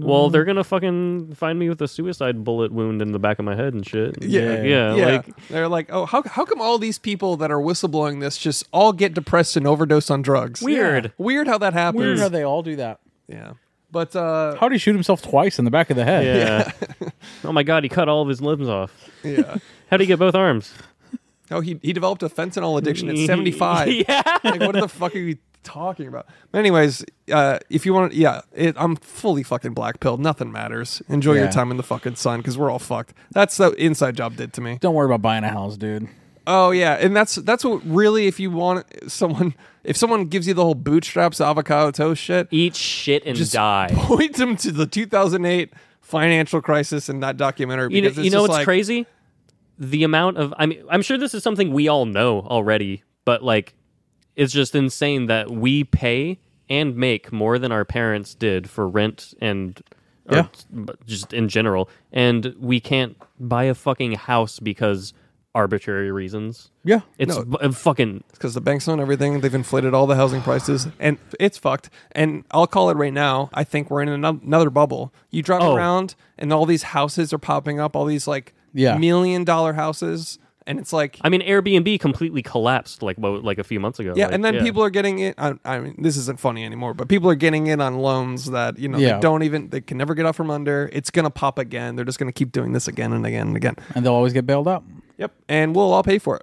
S3: Well, they're gonna fucking find me with a suicide bullet wound in the back of my head and shit.
S2: Yeah.
S3: Like, yeah.
S2: yeah,
S3: Like
S2: they're like, oh, how how come all these people that are whistleblowing this just all get depressed and overdose on drugs?
S3: Weird.
S2: Weird how that happens.
S1: Weird how they all do that.
S2: Yeah. But uh,
S1: How'd he shoot himself twice in the back of the head?
S3: Yeah. oh my god, he cut all of his limbs off.
S2: yeah.
S3: How do you get both arms?
S2: No, he he developed a fentanyl addiction at 75.
S3: Yeah.
S2: Like, what the fuck are you talking about? But anyways, uh, if you want, yeah, it, I'm fully fucking black pilled. Nothing matters. Enjoy
S1: Yeah.
S2: your time in the fucking sun because we're all fucked. That's the inside job did to me.
S1: Don't worry about buying a house, dude.
S2: Oh yeah, and that's that's what really if you want someone if someone gives you the whole bootstraps avocado toast shit,
S3: Eat shit and
S2: Just
S3: die.
S2: point them to the 2008 financial crisis and that documentary
S3: You know,
S2: because
S3: you know
S2: it's just
S3: what's
S2: like,
S3: crazy? The amount of I mean, I'm sure this is something we all know already, but like, it's just insane that we pay and make more than our parents did for rent and or
S1: Yeah.
S3: b- just in general, and we can't buy a fucking house because arbitrary reasons.
S1: Yeah.
S3: It's b- uh, fucking
S2: because the banks own everything. They've inflated all the housing prices, and it's fucked. And I'll call it right now. I think we're in ano- another bubble. You drive
S3: Oh.
S2: around, and all these houses are popping up. All these like
S1: Yeah.
S2: million dollar houses, and it's like.
S3: I mean, Airbnb completely collapsed like well, like a few months ago.
S2: yeah,
S3: Like,
S2: and then people are getting in. I, I mean, this isn't funny anymore, but people are getting in on loans that you know
S1: Yeah.
S2: they don't even they can never get out from under. It's gonna pop again. They're just gonna keep doing this again and again and again.
S1: And they'll always get bailed out.
S2: Yep, and we'll all pay for it,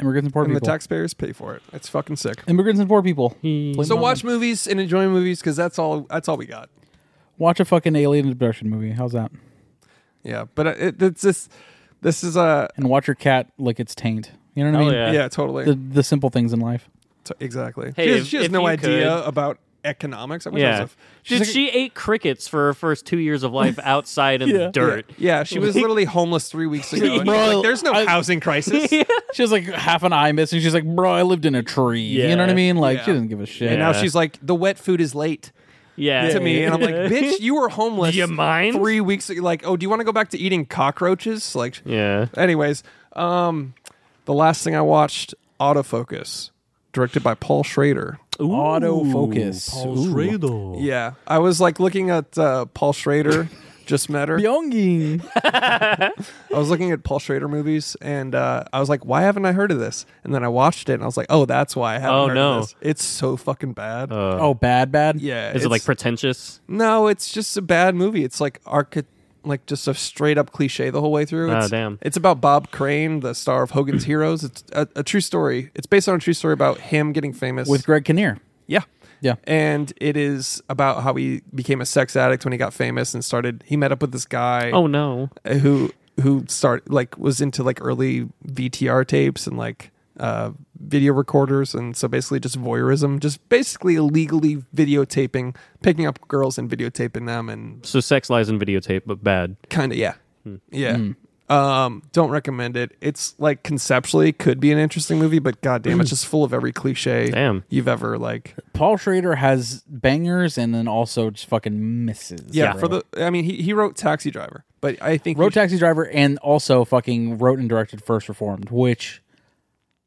S1: Immigrants and poor
S2: and
S1: people.
S2: the taxpayers pay for it. It's fucking sick.
S1: Immigrants and poor people. Blame it
S2: So
S1: on
S2: watch
S1: them.
S2: movies and enjoy movies because that's all that's all we got.
S1: watch a fucking alien abduction movie. How's that?
S2: Yeah, but uh, it, it's just this is a
S1: And watch your cat lick its taint. You know what I
S3: Hell
S1: mean?
S2: Oh, yeah,
S3: yeah.
S2: totally
S1: The the simple things in life.
S2: T- exactly.
S3: Hey,
S2: she has,
S3: if-
S2: she has
S3: if
S2: no
S3: you
S2: idea
S3: could-
S2: about economics. I wish I
S3: Yeah.
S2: was a-
S3: Dude, she ate crickets for her first two years of life outside in the dirt.
S2: Yeah, she was literally homeless three weeks ago. and
S1: Bro,
S2: like, There's no
S1: I-
S2: housing crisis.
S1: She has like half an eye missing. She's like, bro, I lived in a tree. You
S3: Yeah.
S1: know what I mean? Like she
S2: Yeah.
S1: doesn't give a shit.
S2: And now
S3: Yeah.
S2: she's like, the wet food is late
S3: Yeah.
S2: to me, and I'm like, bitch, you were homeless.
S3: Do you mind?
S2: Three weeks. ago. Like, oh, do you want to go back to eating cockroaches? Like,
S3: Yeah.
S2: Anyways, um, the last thing I watched, Autofocus, directed by Paul Schrader.
S1: Autofocus. Ooh.
S2: Yeah, I was like looking at uh, Paul Schrader. Just met her.
S1: Pyongyang.
S2: I was looking at Paul Schrader movies, and uh, I was like, "Why haven't I heard of this?" And then I watched it, and I was like, "Oh, that's why I haven't
S3: Oh,
S2: heard
S3: no. Uh,
S2: of this. It's so fucking bad."
S1: oh, bad, bad.
S2: yeah,
S3: Is it like
S2: it's-
S3: pretentious?
S2: No, it's just a bad movie. It's like archi- like just a straight up cliche the whole way through.
S3: Ah,
S2: It's,
S3: damn.
S2: It's about Bob Crane, the star of Hogan's Heroes. It's a, a true story. It's based on a true story about him getting famous
S1: With Greg Kinnear.
S2: yeah.
S1: Yeah.
S2: And it is about how he became a sex addict when he got famous and started he met up with this guy
S3: Oh no.
S2: who who started like was into like early VTR tapes and like uh video recorders and so basically just voyeurism, just basically illegally videotaping, picking up girls and videotaping them and
S3: So sex lies in videotape, but bad.
S2: kind of yeah. Yeah. Um, don't recommend it. It's like conceptually could be an interesting movie, but goddamn, it's just full of every cliche
S3: Hmm. Damn.
S2: you've ever like.
S1: Paul Schrader has bangers and then also just fucking misses.
S2: Yeah,
S1: bro.
S2: for the I mean, he, he wrote Taxi Driver, but I think
S1: Road Taxi Driver and also fucking wrote and directed First Reformed, which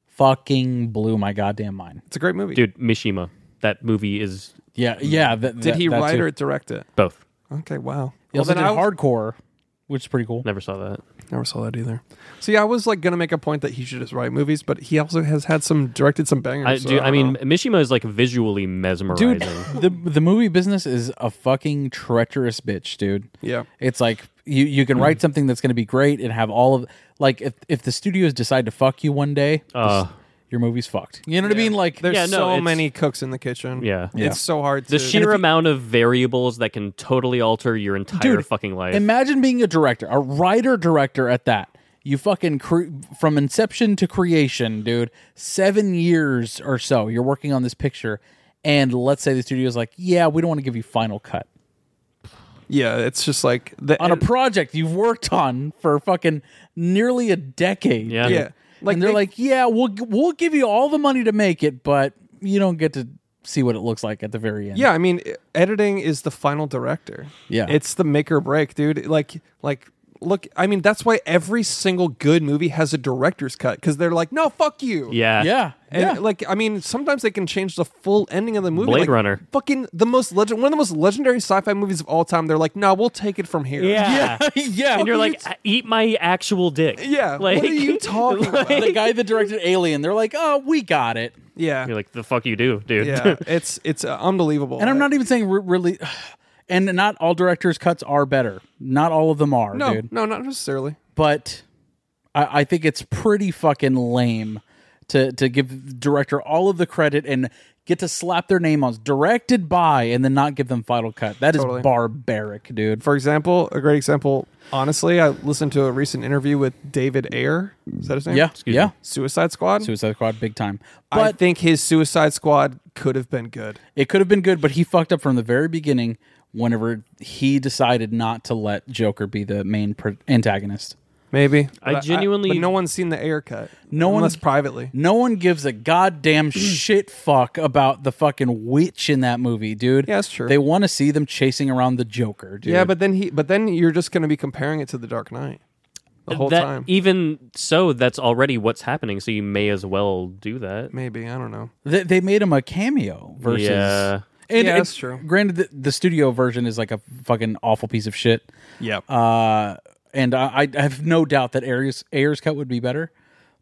S1: fucking blew my goddamn mind.
S2: it's a great movie.
S3: Dude, Mishima. That movie is
S1: Yeah, yeah. That,
S2: Mm. Did he write or direct it?
S3: both.
S2: Okay, wow.
S1: He also
S2: then
S1: did
S2: I w-
S1: hardcore, which is pretty cool.
S3: Never saw that.
S2: Never saw that either. So yeah, I was like gonna make a point that he should just write movies, but he also has had some directed some bangers.
S3: I,
S2: so
S3: dude,
S2: don't
S3: I mean,
S2: know.
S3: Mishima is like visually mesmerizing.
S1: Dude, the the movie business is a fucking treacherous bitch, dude.
S2: yeah, Mm.
S1: It's like you you can write something that's going to be great and have all of like if if the studios decide to fuck you one day,
S3: Uh.
S1: your movie's fucked. You know what I mean? Like
S2: there's
S3: Yeah, no,
S2: so
S3: it's-
S2: many cooks in the kitchen.
S3: Yeah.
S1: Yeah.
S2: it's so hard. to,
S3: the sheer amount of variables that can totally alter your entire
S1: Dude,
S3: fucking life.
S1: Imagine being a director, a writer director at that. You fucking cre- from inception to creation, dude. Seven years or so, you're working on this picture, and let's say the studio's like, "Yeah, we don't want to give you final cut
S2: yeah, it's just like the
S1: on a project you've worked on for fucking nearly a decade."
S3: Yeah.
S2: yeah,
S1: like
S2: like
S1: and they're
S2: they-
S1: like, "Yeah, we'll g- we'll give you all the money to make it, but you don't get to see what it looks like at the very end."
S2: Yeah, I mean, e- editing is the final director.
S1: Yeah.
S2: it's the make or break, dude. Like, like, look, I mean, that's why every single good movie has a director's cut because they're like, no, fuck you.
S3: yeah.
S1: yeah,
S2: And
S1: yeah.
S2: like, I mean, sometimes they can change the full ending of the movie.
S3: Blade
S2: like,
S3: Runner.
S2: fucking the most legend, one of the most legendary sci-fi movies of all time. They're like, no, we'll take it from here.
S1: yeah, yeah.
S3: And you're
S1: What are
S3: like, "I- eat my actual dick.
S2: Yeah, what are you talking about?
S1: you- the guy that directed Alien. They're like, "Oh, we got it."
S2: yeah,
S3: You're like, the fuck you do, dude.
S2: yeah. It's it's uh, unbelievable.
S1: And I'm
S2: Like,
S1: not even saying re- really. And not all directors' cuts are better. Not all of them are,
S2: No,
S1: dude.
S2: no, not necessarily.
S1: But I, I think it's pretty fucking lame to to give the director all of the credit and get to slap their name on directed by and then not give them final cut. That is
S2: Totally.
S1: barbaric, dude.
S2: For example, a great example. Honestly, I listened to a recent interview with David Ayer. Is that his name?
S1: yeah, yeah.
S2: Suicide Squad.
S1: Suicide Squad, big time.
S2: I
S1: But
S2: think his Suicide Squad could have been good.
S1: it could have been good. But he fucked up from the very beginning. Whenever he decided not to let Joker be the main pr- antagonist.
S2: Maybe. But
S3: genuinely-
S2: but no one's seen the air cut.
S1: No one-
S2: unless privately.
S1: No one gives a goddamn shit fuck about the fucking witch in that movie, dude.
S2: Yeah, that's true.
S1: They want to see them chasing around the Joker, dude.
S2: Yeah, but then he. But then you're just going to be comparing it to The Dark Knight the whole
S3: that,
S2: time.
S1: e
S3: Even so, that's already what's happening, so you may as well do that.
S2: Maybe I don't know.
S1: they, they made him a cameo versus.
S3: Yeah.
S1: And-
S2: Yeah,
S1: and
S2: that's true.
S1: Granted, the, the studio version is like a fucking awful piece of shit,
S2: Yeah.
S1: uh, and I, I have no doubt that Ayers Ayers cut would be better.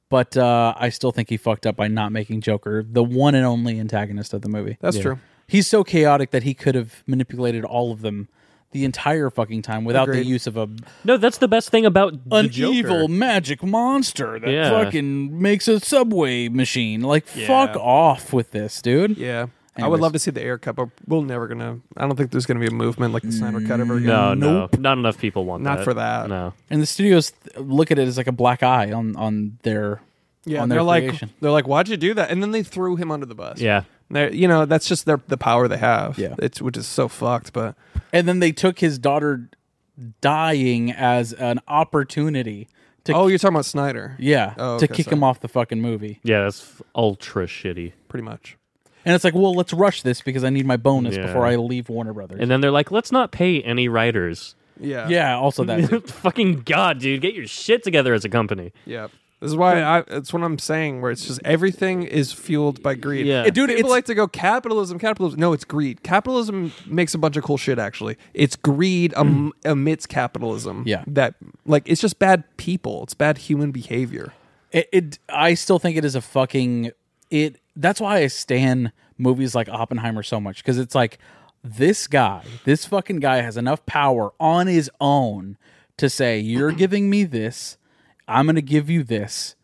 S1: But uh, I still think he fucked up by not making Joker the one and only antagonist of the movie.
S2: That's true.
S1: He's so chaotic that he could have manipulated all of them the entire fucking time without the
S2: Agreed.
S1: use of a
S3: No, that's the best thing about the
S1: an
S3: Joker.
S1: evil magic monster that
S3: Yeah.
S1: fucking makes a subway machine. Like fuck off with this, dude.
S2: Yeah. I
S1: Anyways.
S2: would love to see the air cut, but we're never gonna. I don't think there's gonna be a movement like the Snyder Cut ever. again.
S3: No, no, not enough people want
S2: Not
S3: that.
S2: for that.
S3: No,
S1: And the studios th- look at it as like a black eye on on their
S2: Yeah,
S1: on
S2: they're
S1: their
S2: like
S1: creation.
S2: they're like, why'd you do that? And then they threw him under the bus.
S3: yeah,
S2: They're- you know that's just their the power they have.
S1: Yeah.
S2: it's which is so fucked. But
S1: and then they took his daughter dying as an opportunity to
S2: oh, you're talking about Snyder.
S1: yeah
S2: Oh,
S1: to
S2: okay,
S1: kick
S2: sorry.
S1: him off the fucking movie.
S3: yeah. That's f- ultra shitty.
S2: pretty much.
S1: And it's like, well, let's rush this because I need my bonus
S3: Yeah.
S1: before I leave Warner Brothers.
S3: And then they're like, let's not pay any writers.
S2: Yeah,
S1: yeah, also that. too.
S3: Fucking god, dude, get your shit together as a company.
S2: yeah. This is why I. It's what I'm saying. Where it's just everything is fueled by greed.
S3: Yeah.
S1: Dude,
S2: People
S1: it's-
S2: like to go capitalism, capitalism. No, it's greed. Capitalism makes a bunch of cool shit. Actually, it's greed um, amidst capitalism.
S1: Mm-hmm. Yeah.
S2: that like it's just bad people. It's bad human behavior.
S1: It, it I still think it is a fucking it that's why I stan movies like Oppenheimer so much cuz it's like this guy, this fucking guy has enough power on his own to say you're giving me this, I'm going to give you this.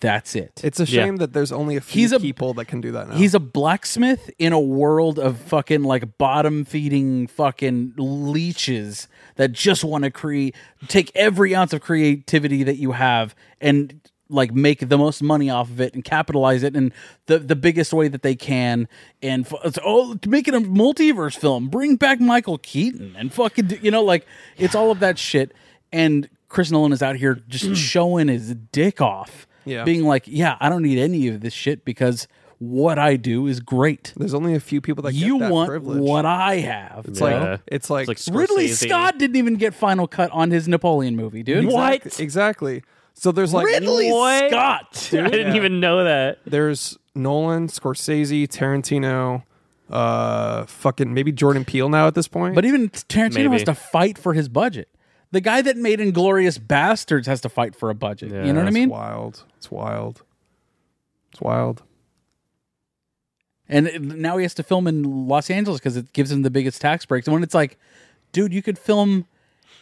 S1: That's it.
S2: It's a
S3: Yeah.
S2: shame that there's only a few
S1: He's a-
S2: people that can do that now.
S1: He's a blacksmith in a world of fucking like bottom feeding fucking leeches that just want to create, take every ounce of creativity that you have and like make the most money off of it and capitalize it in the the biggest way that they can and f- it's, oh make it a multiverse film bring back Michael Keaton and fucking do, you know like it's all of that shit and Chris Nolan is out here just showing his dick off.
S2: Yeah.
S1: Being like, yeah, I don't need any of this shit because what I do is great.
S2: There's only a few people that
S1: you
S2: get that
S1: want
S2: privilege.
S1: what I have. It's
S2: like,
S3: Yeah.
S2: it's like
S3: It's like
S1: Ridley
S3: Scorsese.
S1: Scott didn't even get final cut on his Napoleon movie, dude.
S2: Exactly, exactly. So there's like
S1: Ridley
S3: What?
S1: Scott.
S3: I didn't even know that.
S2: there's Nolan, Scorsese, Tarantino, uh, fucking maybe Jordan Peele now at this point.
S1: But even Tarantino
S3: Maybe.
S1: has to fight for his budget. The guy that made Inglorious Bastards has to fight for a budget. you
S3: Yeah,
S1: know what I
S3: that's
S1: mean?
S2: it's wild. It's wild. It's wild.
S1: And it- now he has to film in Los Angeles because it gives him the biggest tax breaks. And when it's like, dude, you could film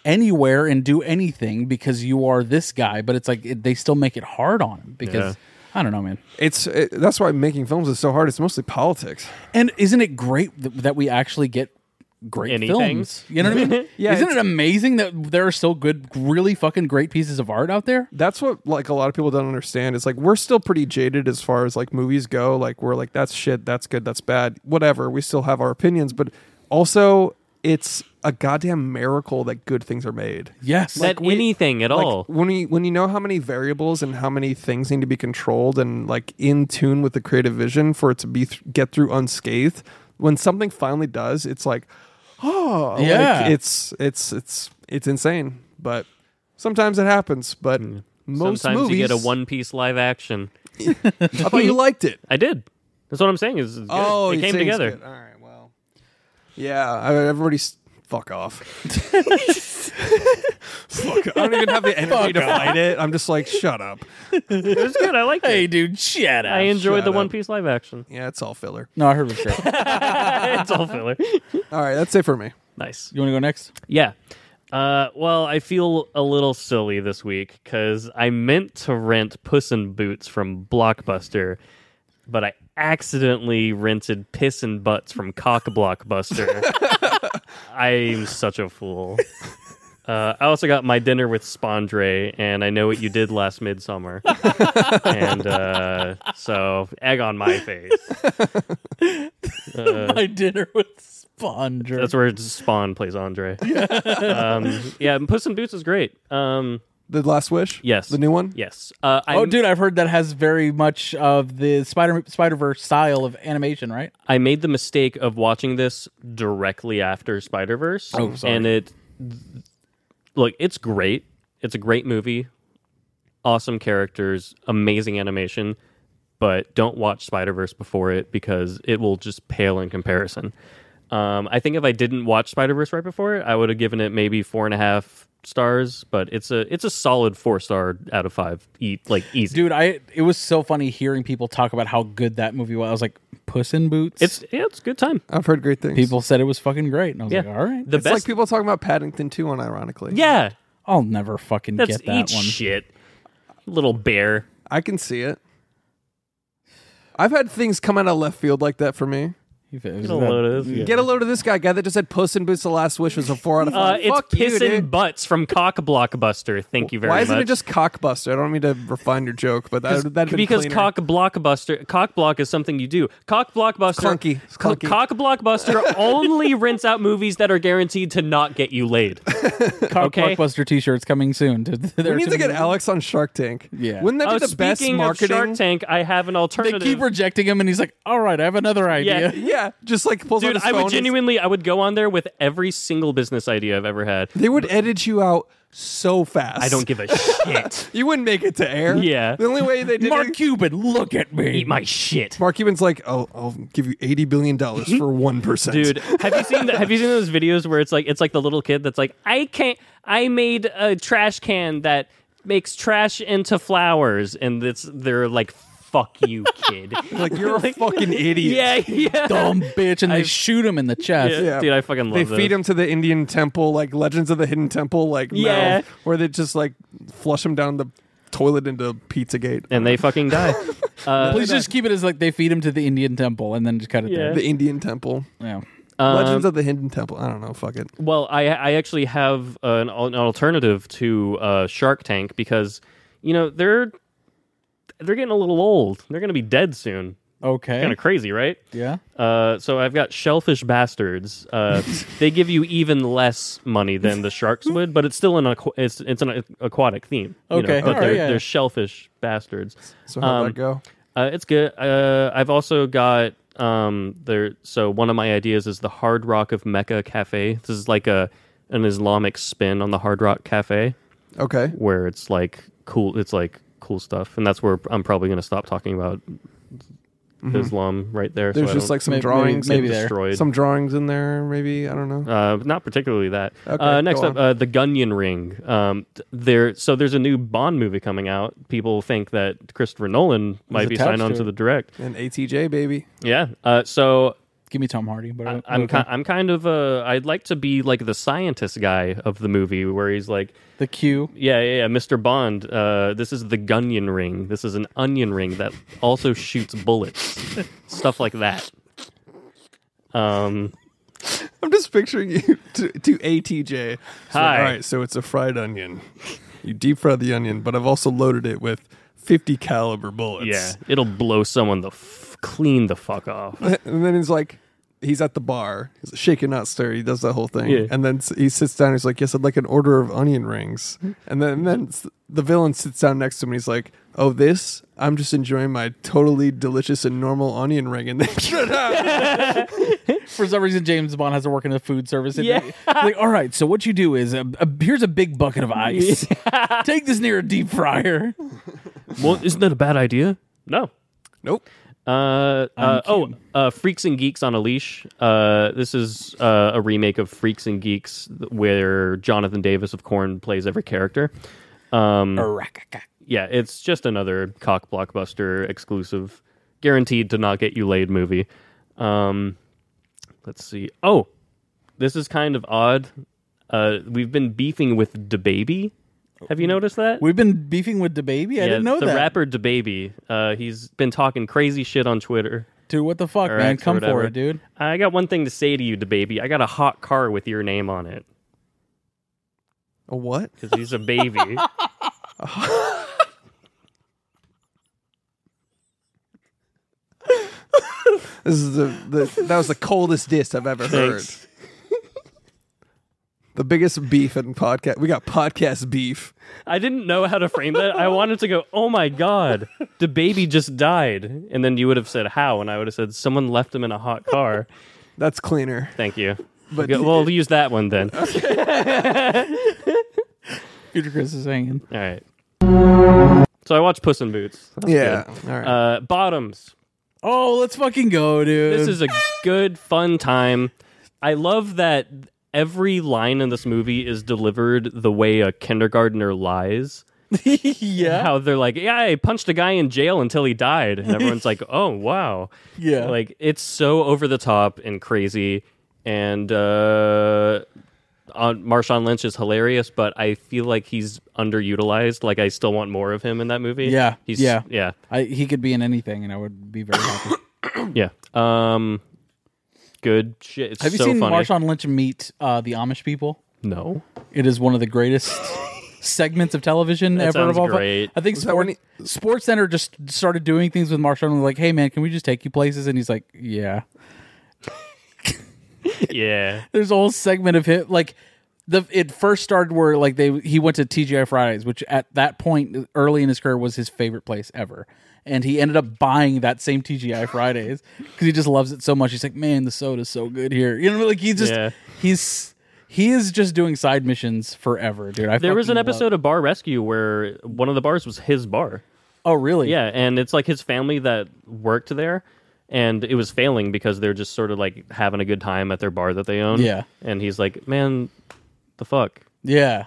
S1: anywhere and do anything because you are this guy, but it's like it, they still make it hard on him because I don't know, man.
S2: It's it, that's why making films is so hard. It's mostly politics.
S1: And isn't it great th- that we actually get great
S3: Anything.
S1: films? You know what I mean?
S2: Yeah,
S1: Isn't
S2: it's-
S1: it amazing that there are still good, really fucking great pieces of art out there?
S2: That's what like a lot of people don't understand. It's like we're still pretty jaded as far as like movies go. Like we're like that's shit, that's good, that's bad, whatever. We still have our opinions, but also it's a goddamn miracle that good things are made.
S1: Yes.
S3: That anything at
S2: like,
S3: all.
S2: When you when you know how many variables and how many things need to be controlled and like in tune with the creative vision for it to be th- get through unscathed, when something finally does, it's like, oh, like,
S1: Yeah.
S2: it's it's it's it's insane. But sometimes it happens. But most
S3: Hmm. Sometimes
S2: movies,
S3: you get a One Piece live action.
S2: I thought you liked it.
S3: I did. That's what I'm saying. Is it's good.
S2: Oh,
S3: it
S2: you're
S3: came
S2: saying it's
S3: together.
S2: good. All right, well, yeah, I, everybody's fuck off. fuck, I don't even have the energy to fight it. I'm just like, shut up.
S3: It was good. I liked
S1: hey,
S3: it.
S1: dude, shut up.
S3: I enjoyed
S2: shut
S3: the
S2: up.
S3: One Piece live action.
S2: Yeah, it's all filler.
S1: no, I heard it was great.
S3: it's all filler.
S2: All right, that's it for me.
S3: Nice.
S1: you want to go next?
S3: Yeah. Uh, well, I feel a little silly this week because I meant to rent Puss in Boots from Blockbuster, but I accidentally rented Piss and Butts from Cock Blockbuster. I'm such a fool. Uh, I also got my dinner with Spondre, and I know what you did last midsummer. and uh, so, egg on my face.
S1: My dinner with Sponger.
S3: That's where Spawn plays Andre. um, yeah, and Puss in Boots is great. Um,
S2: The Last Wish?
S3: Yes.
S2: The new one?
S3: Yes. Uh, I,
S1: Oh, dude, I've heard that has very much of the Spider Spider Verse style of animation, right?
S3: I made the mistake of watching this directly after Spider Verse. Oh,
S1: sorry.
S3: And it, look, it's great. It's a great movie. Awesome characters, amazing animation. But don't watch Spider Verse before it because it will just pale in comparison. Um, I think if I didn't watch Spider Verse right before it, I would have given it maybe four and a half stars. But it's a it's a solid four star out of five. Eat like easy.
S1: Dude, I it was so funny hearing people talk about how good that movie was. I was like, Puss in Boots.
S3: It's yeah, it's a good time.
S2: I've heard great things.
S1: people said it was fucking great, and I was
S3: Yeah,
S1: like, all right,
S3: The
S2: it's
S3: best.
S2: like people talking about Paddington 2 on ironically.
S3: yeah,
S1: I'll never fucking
S3: That's
S1: get that
S3: eat
S1: one.
S3: shit. Little bear.
S2: I can see it. I've had things come out of left field like that for me.
S1: If it was
S3: Get a
S1: that-
S3: load of this.
S2: Get a load of this guy, guy that just said Puss in Boots The Last Wish was a four out of
S3: Uh,
S2: five.
S3: it's
S2: Oh, Fuck you,
S3: pissing
S2: dude.
S3: butts from Cock Blockbuster. Thank you very
S2: Why
S3: much.
S2: isn't it just cockbuster? I don't mean to refine your joke, but that that'd been
S3: because
S2: cleaner.
S3: cock blockbuster cock block is something you do cock blockbuster
S2: Clunky. It's
S3: Co-
S2: clunky.
S3: cock blockbuster only rents out movies that are guaranteed to not get you laid
S1: Cock
S3: Okay.
S1: Blockbuster T-shirts coming soon. To,
S2: we need to get Alex on Shark Tank.
S1: Yeah.
S2: Wouldn't that
S3: oh,
S2: be the best
S3: speaking
S2: marketing?
S3: of Shark Tank I have an
S1: They
S3: alternative
S1: keep rejecting him, and he's like, "All right, I have another idea."
S2: yeah, just like pulls out
S3: dude
S2: his
S3: I
S2: phone
S3: would
S2: and-
S3: genuinely I would go on there with every single business idea I've ever had
S2: They would edit you out so fast.
S3: I don't give a shit
S2: You wouldn't make it to air.
S3: Yeah.
S2: The only way they did
S1: Mark
S2: it,
S1: Cuban, look at me.
S3: eat my shit
S2: Mark Cuban's like, oh, I'll give you eighty billion dollars for one percent.
S3: Dude, have you seen the, have you seen those videos where it's like it's like the little kid that's like, I can't. I made a trash can that makes trash into flowers, and it's they're like, fuck you, kid.
S2: like you're a fucking idiot.
S3: yeah, yeah.
S1: dumb bitch, and they shoot him in the chest.
S3: Yeah. Dude, I fucking love
S2: They
S3: those.
S2: feed him to the Indian temple, like Legends of the Hidden Temple, like
S3: Yeah.
S2: mouth, where they just like flush him down the toilet into Pizzagate.
S3: and they fucking die. Uh,
S1: Please just keep it as like they feed him to the Indian temple and then just cut it
S3: Yeah.
S1: there.
S2: The Indian temple,
S1: Yeah.
S3: um,
S2: Legends of the Hidden Temple. I don't know. Fuck it.
S3: Well, I I actually have an, al- an alternative to uh, Shark Tank because you know they're they're getting a little old. They're going to be dead soon.
S1: Okay.
S2: Hmm.
S3: Kind of crazy, right?
S1: yeah.
S3: Uh, so I've got Shellfish Bastards. Uh, they give you even less money than the sharks would, but it's still an aqu- it's it's an aquatic theme. you know,
S1: Okay,
S3: but
S1: alright,
S3: they're,
S1: yeah, yeah.
S3: they're shellfish bastards.
S2: So how'd
S3: Um,
S2: that go?
S3: Uh, it's good. Uh, I've also got um, there. So one of my ideas is the Hard Rock of Mecca Cafe. This is like a an Islamic spin on the Hard Rock Cafe,
S2: Okay.
S3: where it's like cool. It's like cool stuff, and that's where I'm probably going to stop talking about Islam right there.
S2: There's
S3: so I
S2: just
S3: don't
S2: like some
S1: maybe-
S2: drawings,
S1: maybe-
S2: in-
S1: there.
S3: destroyed.
S2: some drawings in there. Maybe I don't know.
S3: Uh, not particularly that.
S2: Okay,
S3: uh, next
S2: go
S3: up,
S2: on.
S3: uh, the Gunyan Ring. Um, th- there, so there's a new Bond movie coming out. People think that Christopher Nolan might be
S1: attached
S3: signed on
S1: to
S3: to
S1: it.
S3: the direct.
S2: and ATJ baby.
S3: Yeah. Uh, so
S1: Give me Tom Hardy. But
S3: I, I'm ki- I'm kind of uh, I'd like to be like the scientist guy of the movie, where he's like,
S1: the Q.
S3: yeah, yeah, yeah Mr. Bond. Uh, this is the Gunyan Ring. This is an onion ring that also shoots bullets, stuff like that. Um.
S2: I'm just picturing you to, to ATJ.
S6: So,
S3: Hi.
S6: All right, so it's a fried onion. You deep fry the onion, but I've also loaded it with 50 caliber bullets.
S3: Yeah, it'll blow someone the f- clean the fuck off.
S2: And then he's like, he's at the bar, he's like, shaking not stir. He does that whole thing,
S3: Yeah.
S2: and then s- he sits down. He's like, "Yes, I'd like an order of onion rings." And then, and then s- the villain sits down next to him. and He's like, "Oh, this? I'm just enjoying my totally delicious and normal onion ring." And then shut up.
S1: For some reason, James Bond has to work in the food service.
S3: Yeah.
S1: industry. like, all right, so what you do is uh, uh, here's a big bucket of ice. Take this near a deep fryer.
S3: Well, isn't that a bad idea? No.
S2: nope.
S3: Uh, uh, oh, uh, Freaks and Geeks on a Leash. Uh, this is uh, a remake of Freaks and Geeks th- where Jonathan Davis of Korn plays every character. Um, yeah, it's just another cock blockbuster exclusive, guaranteed to not get you laid movie. Um, let's see. Oh, this is kind of odd. Uh, we've been beefing with DeBaby. Have you noticed that?
S1: We've been beefing with the baby. I
S3: Yeah,
S1: didn't know
S3: the
S1: that.
S3: rapper DaBaby. Uh, he's been talking crazy shit on Twitter.
S1: dude, what the fuck,
S3: or
S1: man?
S3: X or
S1: Come for
S3: whatever.
S1: it, dude.
S3: I got one thing to say to you, DaBaby. I got a hot car with your name on it
S2: A what?
S3: because he's a baby.
S2: This is the, the that was the coldest diss I've ever heard.
S3: Thanks.
S2: The biggest beef in podcast. We got podcast beef.
S3: I didn't know how to frame that. I wanted to go, "Oh my god, DaBaby just died," and then you would have said how, and I would have said someone left him in a hot car.
S2: That's cleaner.
S3: Thank you.
S2: But-
S3: Go- we'll use that one then.
S1: Future Chris is hanging.
S3: All right. So I watched Puss in Boots.
S2: yeah. All right.
S3: Uh, Bottoms.
S1: Oh, let's fucking go, dude.
S3: This is a good, fun time. I love that every line in this movie is delivered the way a kindergartner lies.
S1: yeah,
S3: How they're like, yeah, I punched a guy in jail until he died. And everyone's like, oh, wow.
S1: yeah.
S3: Like, it's so over the top and crazy. And uh, on, Marshawn Lynch is hilarious, but I feel like he's underutilized. Like, I still want more of him in that movie.
S1: Yeah,
S3: He's,
S1: yeah.
S3: Yeah.
S1: I, he could be in anything, and I would be very happy.
S3: Yeah. Um, good shit. It's
S1: Have you
S3: so
S1: seen
S3: funny.
S1: Marshawn Lynch meet uh, the Amish people?
S3: No.
S1: It is one of the greatest segments of television ever.
S3: That
S1: of
S3: sounds
S1: all time.
S3: great.
S1: I think
S2: that
S1: Sport,
S2: when
S1: Sports Center just started doing things with Marshawn. and Like, hey man, can we just take you places? And he's like, yeah.
S3: Yeah.
S1: There's a whole segment of him like. The, it first started where like they he went to TGI Fridays, which at that point early in his career was his favorite place ever, and he ended up buying that same TGI Fridays because he just loves it so much. He's like, man, the soda's so good here. You know, like he just
S3: Yeah.
S1: he's he is just doing side missions forever, dude. I
S3: There was an
S1: fucking love-
S3: episode of Bar Rescue where one of the bars was his bar.
S1: Oh, really?
S3: Yeah, and it's like his family that worked there and it was failing because they're just sort of like having a good time at their bar that they own.
S1: Yeah.
S3: And he's like, "Man, the fuck."
S1: yeah.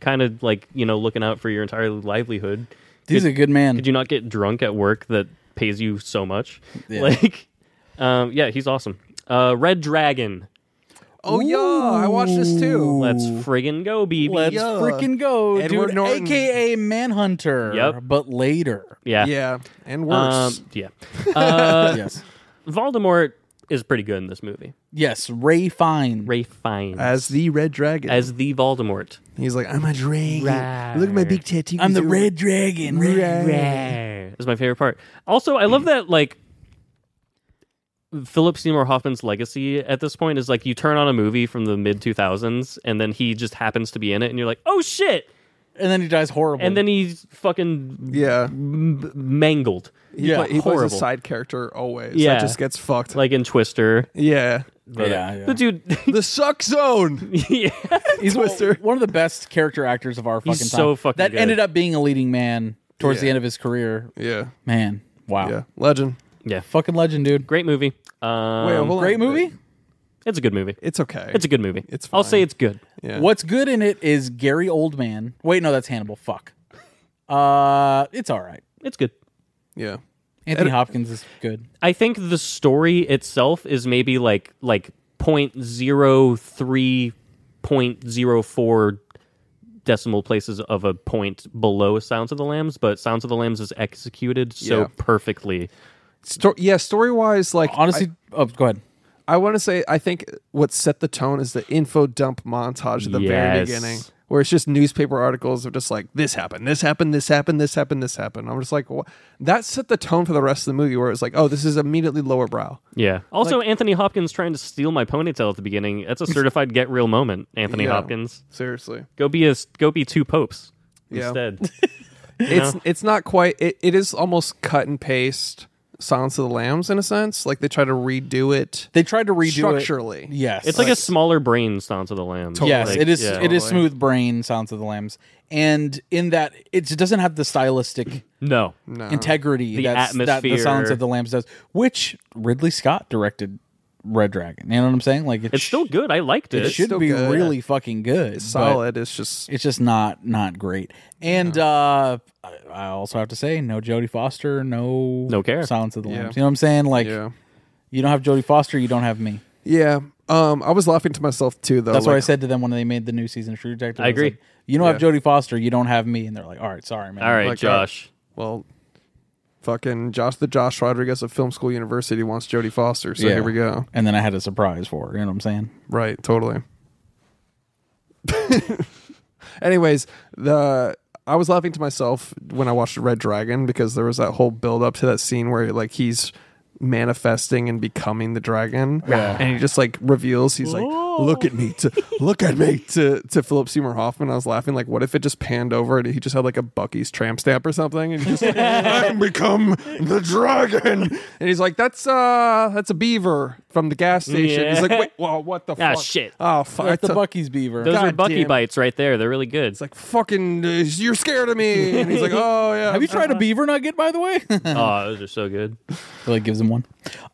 S3: Kind of like, you know, looking out for your entire livelihood.
S1: He's a good man.
S3: Did you not get drunk at work that pays you so much?
S1: Yeah.
S3: Like um yeah, he's awesome. Uh Red Dragon.
S2: oh yeah, I watched this too.
S3: Let's friggin' go, BB.
S1: Let's
S2: Yeah.
S1: freaking go,
S2: Edward
S1: dude.
S2: Norton.
S1: AKA Manhunter.
S3: Yep.
S1: But later.
S3: yeah.
S2: Yeah, and
S3: Um,
S2: worse.
S3: yeah. Uh,
S1: yes.
S3: Voldemort is pretty good in this movie.
S1: Yes. Ray Fine.
S3: Ray Fiennes
S2: as the Red Dragon,
S3: as the Voldemort.
S2: he's like, I'm a dragon.
S3: Right.
S2: Look at my big tattoo.
S1: I'm the Red Dragon.
S2: Red.
S3: Eh, That's my favorite part. Also, I love that like Philip Seymour Hoffman's legacy at this point is like you turn on a movie from the mid 2000s and then he just happens to be in it and you're like, "Oh shit."
S1: and then he dies horribly.
S3: And then he's fucking
S2: Yeah.
S3: m- mangled.
S2: He,
S1: Yeah,
S2: play- he plays
S3: horrible.
S2: a side character always.
S3: Yeah.
S2: That just gets fucked.
S3: Like in Twister.
S2: yeah.
S3: But,
S1: Yeah, yeah.
S3: but dude,
S2: The suck zone.
S3: yeah.
S1: he's
S2: Twister.
S1: one of the best character actors of our fucking
S3: He's
S1: time.
S3: so fucking
S1: that
S3: good.
S1: ended up being a leading man towards the
S2: Yeah.
S1: end of his career.
S2: Yeah.
S1: Man, wow,
S2: Yeah. Legend.
S1: fucking legend, dude.
S3: Great movie. Um,
S2: Wait, hold on.
S1: Great movie.
S3: it's a good movie.
S2: It's okay.
S3: It's a good movie.
S2: It's
S3: I'll
S2: fine.
S3: say it's good.
S2: yeah.
S1: What's good in it is Gary Oldman. Wait, no, that's Hannibal. Fuck. Uh, it's all right.
S3: It's good.
S2: Yeah.
S1: Anthony Hopkins is good.
S3: I think the story itself is maybe like like point zero three, point zero four decimal places of a point below Sounds of the Lambs, but Sounds of the Lambs is executed so
S2: Yeah.
S3: perfectly.
S2: Sto- yeah. Story wise, like
S1: Honestly, oh, go ahead.
S2: I want to say I think what set the tone is the info dump montage at the very
S3: Yes.
S2: beginning, where it's just newspaper articles of just like this happened, this happened, this happened, this happened, this happened. I'm just like, what? that set the tone for the rest of the movie, where it's like, oh, this is immediately lower brow.
S3: Yeah. Also, Anthony Hopkins trying to steal my ponytail at the beginning. That's a certified get real moment, Anthony
S2: Yeah.
S3: Hopkins.
S2: Seriously,
S3: Go be a go be two popes
S2: Yeah.
S3: instead.
S2: it's
S3: know?
S2: it's not quite. It, it is almost cut and paste. Silence of the Lambs, in a sense, like they try to redo it
S1: They tried to redo
S2: structurally.
S1: it. Yes,
S3: It's like a smaller brain Sounds of the Lambs.
S1: Yes,
S3: Like,
S1: it is.
S3: yeah.
S1: It is
S2: Totally.
S1: smooth brain sounds of the lambs, and in that it just doesn't have the stylistic
S3: No.
S2: No.
S1: integrity that's, that the
S3: atmosphere.
S1: Silence of the Lambs does, which Ridley Scott directed Red Dragon. You know what I'm saying? Like it
S3: It's
S1: sh-
S3: still good. I liked
S1: it
S3: it.
S1: should
S2: still
S1: be
S2: good.
S1: really fucking good. but
S2: solid. It's just
S1: It's just not not great. And uh I- I also have to say, no Jodie Foster, no
S3: No care.
S1: Silence of the
S2: Yeah.
S1: Lambs. You know what I'm saying? Like
S2: yeah,
S1: you don't have Jodie Foster, you don't have me.
S2: yeah. Um, I was laughing to myself too, though.
S1: That's
S2: like,
S1: what I said to them when they made the new season of True Detective.
S3: I
S1: was
S3: agree.
S1: like, you don't have Jodie Foster, you don't have me, and they're like, "All right, sorry, man."
S3: All right,
S2: Like,
S3: Josh.
S2: Well, fucking Josh, the Josh Rodriguez of Film School University wants Jodie Foster. So
S1: Yeah.
S2: here we go.
S1: And then I had a surprise for her. You know what I'm saying?
S2: Right, totally. Anyways, the I was laughing to myself when I watched Red Dragon because there was that whole build up to that scene where like he's manifesting and becoming the dragon
S1: Yeah.
S2: and he just like reveals he's like look at me to look at me to to Philip Seymour Hoffman I was laughing like what if it just panned over and he just had like a Bucky's tramp stamp or something and he just I'm become the dragon and he's like that's uh that's a beaver from the gas station he's
S3: Yeah.
S2: like wait whoa what the
S3: Ah,
S2: fuck
S3: shit.
S2: oh fuck
S1: Like
S2: I
S1: the
S2: took-
S1: Bucky's beaver.
S3: Those are
S2: God
S3: Bucky
S2: damn it.
S3: bites right there. They're really good.
S2: it's like fucking uh, you're scared of me and he's like oh yeah
S1: Have you tried a beaver nugget, by the way?
S3: oh, those are so good.
S1: like gives him one.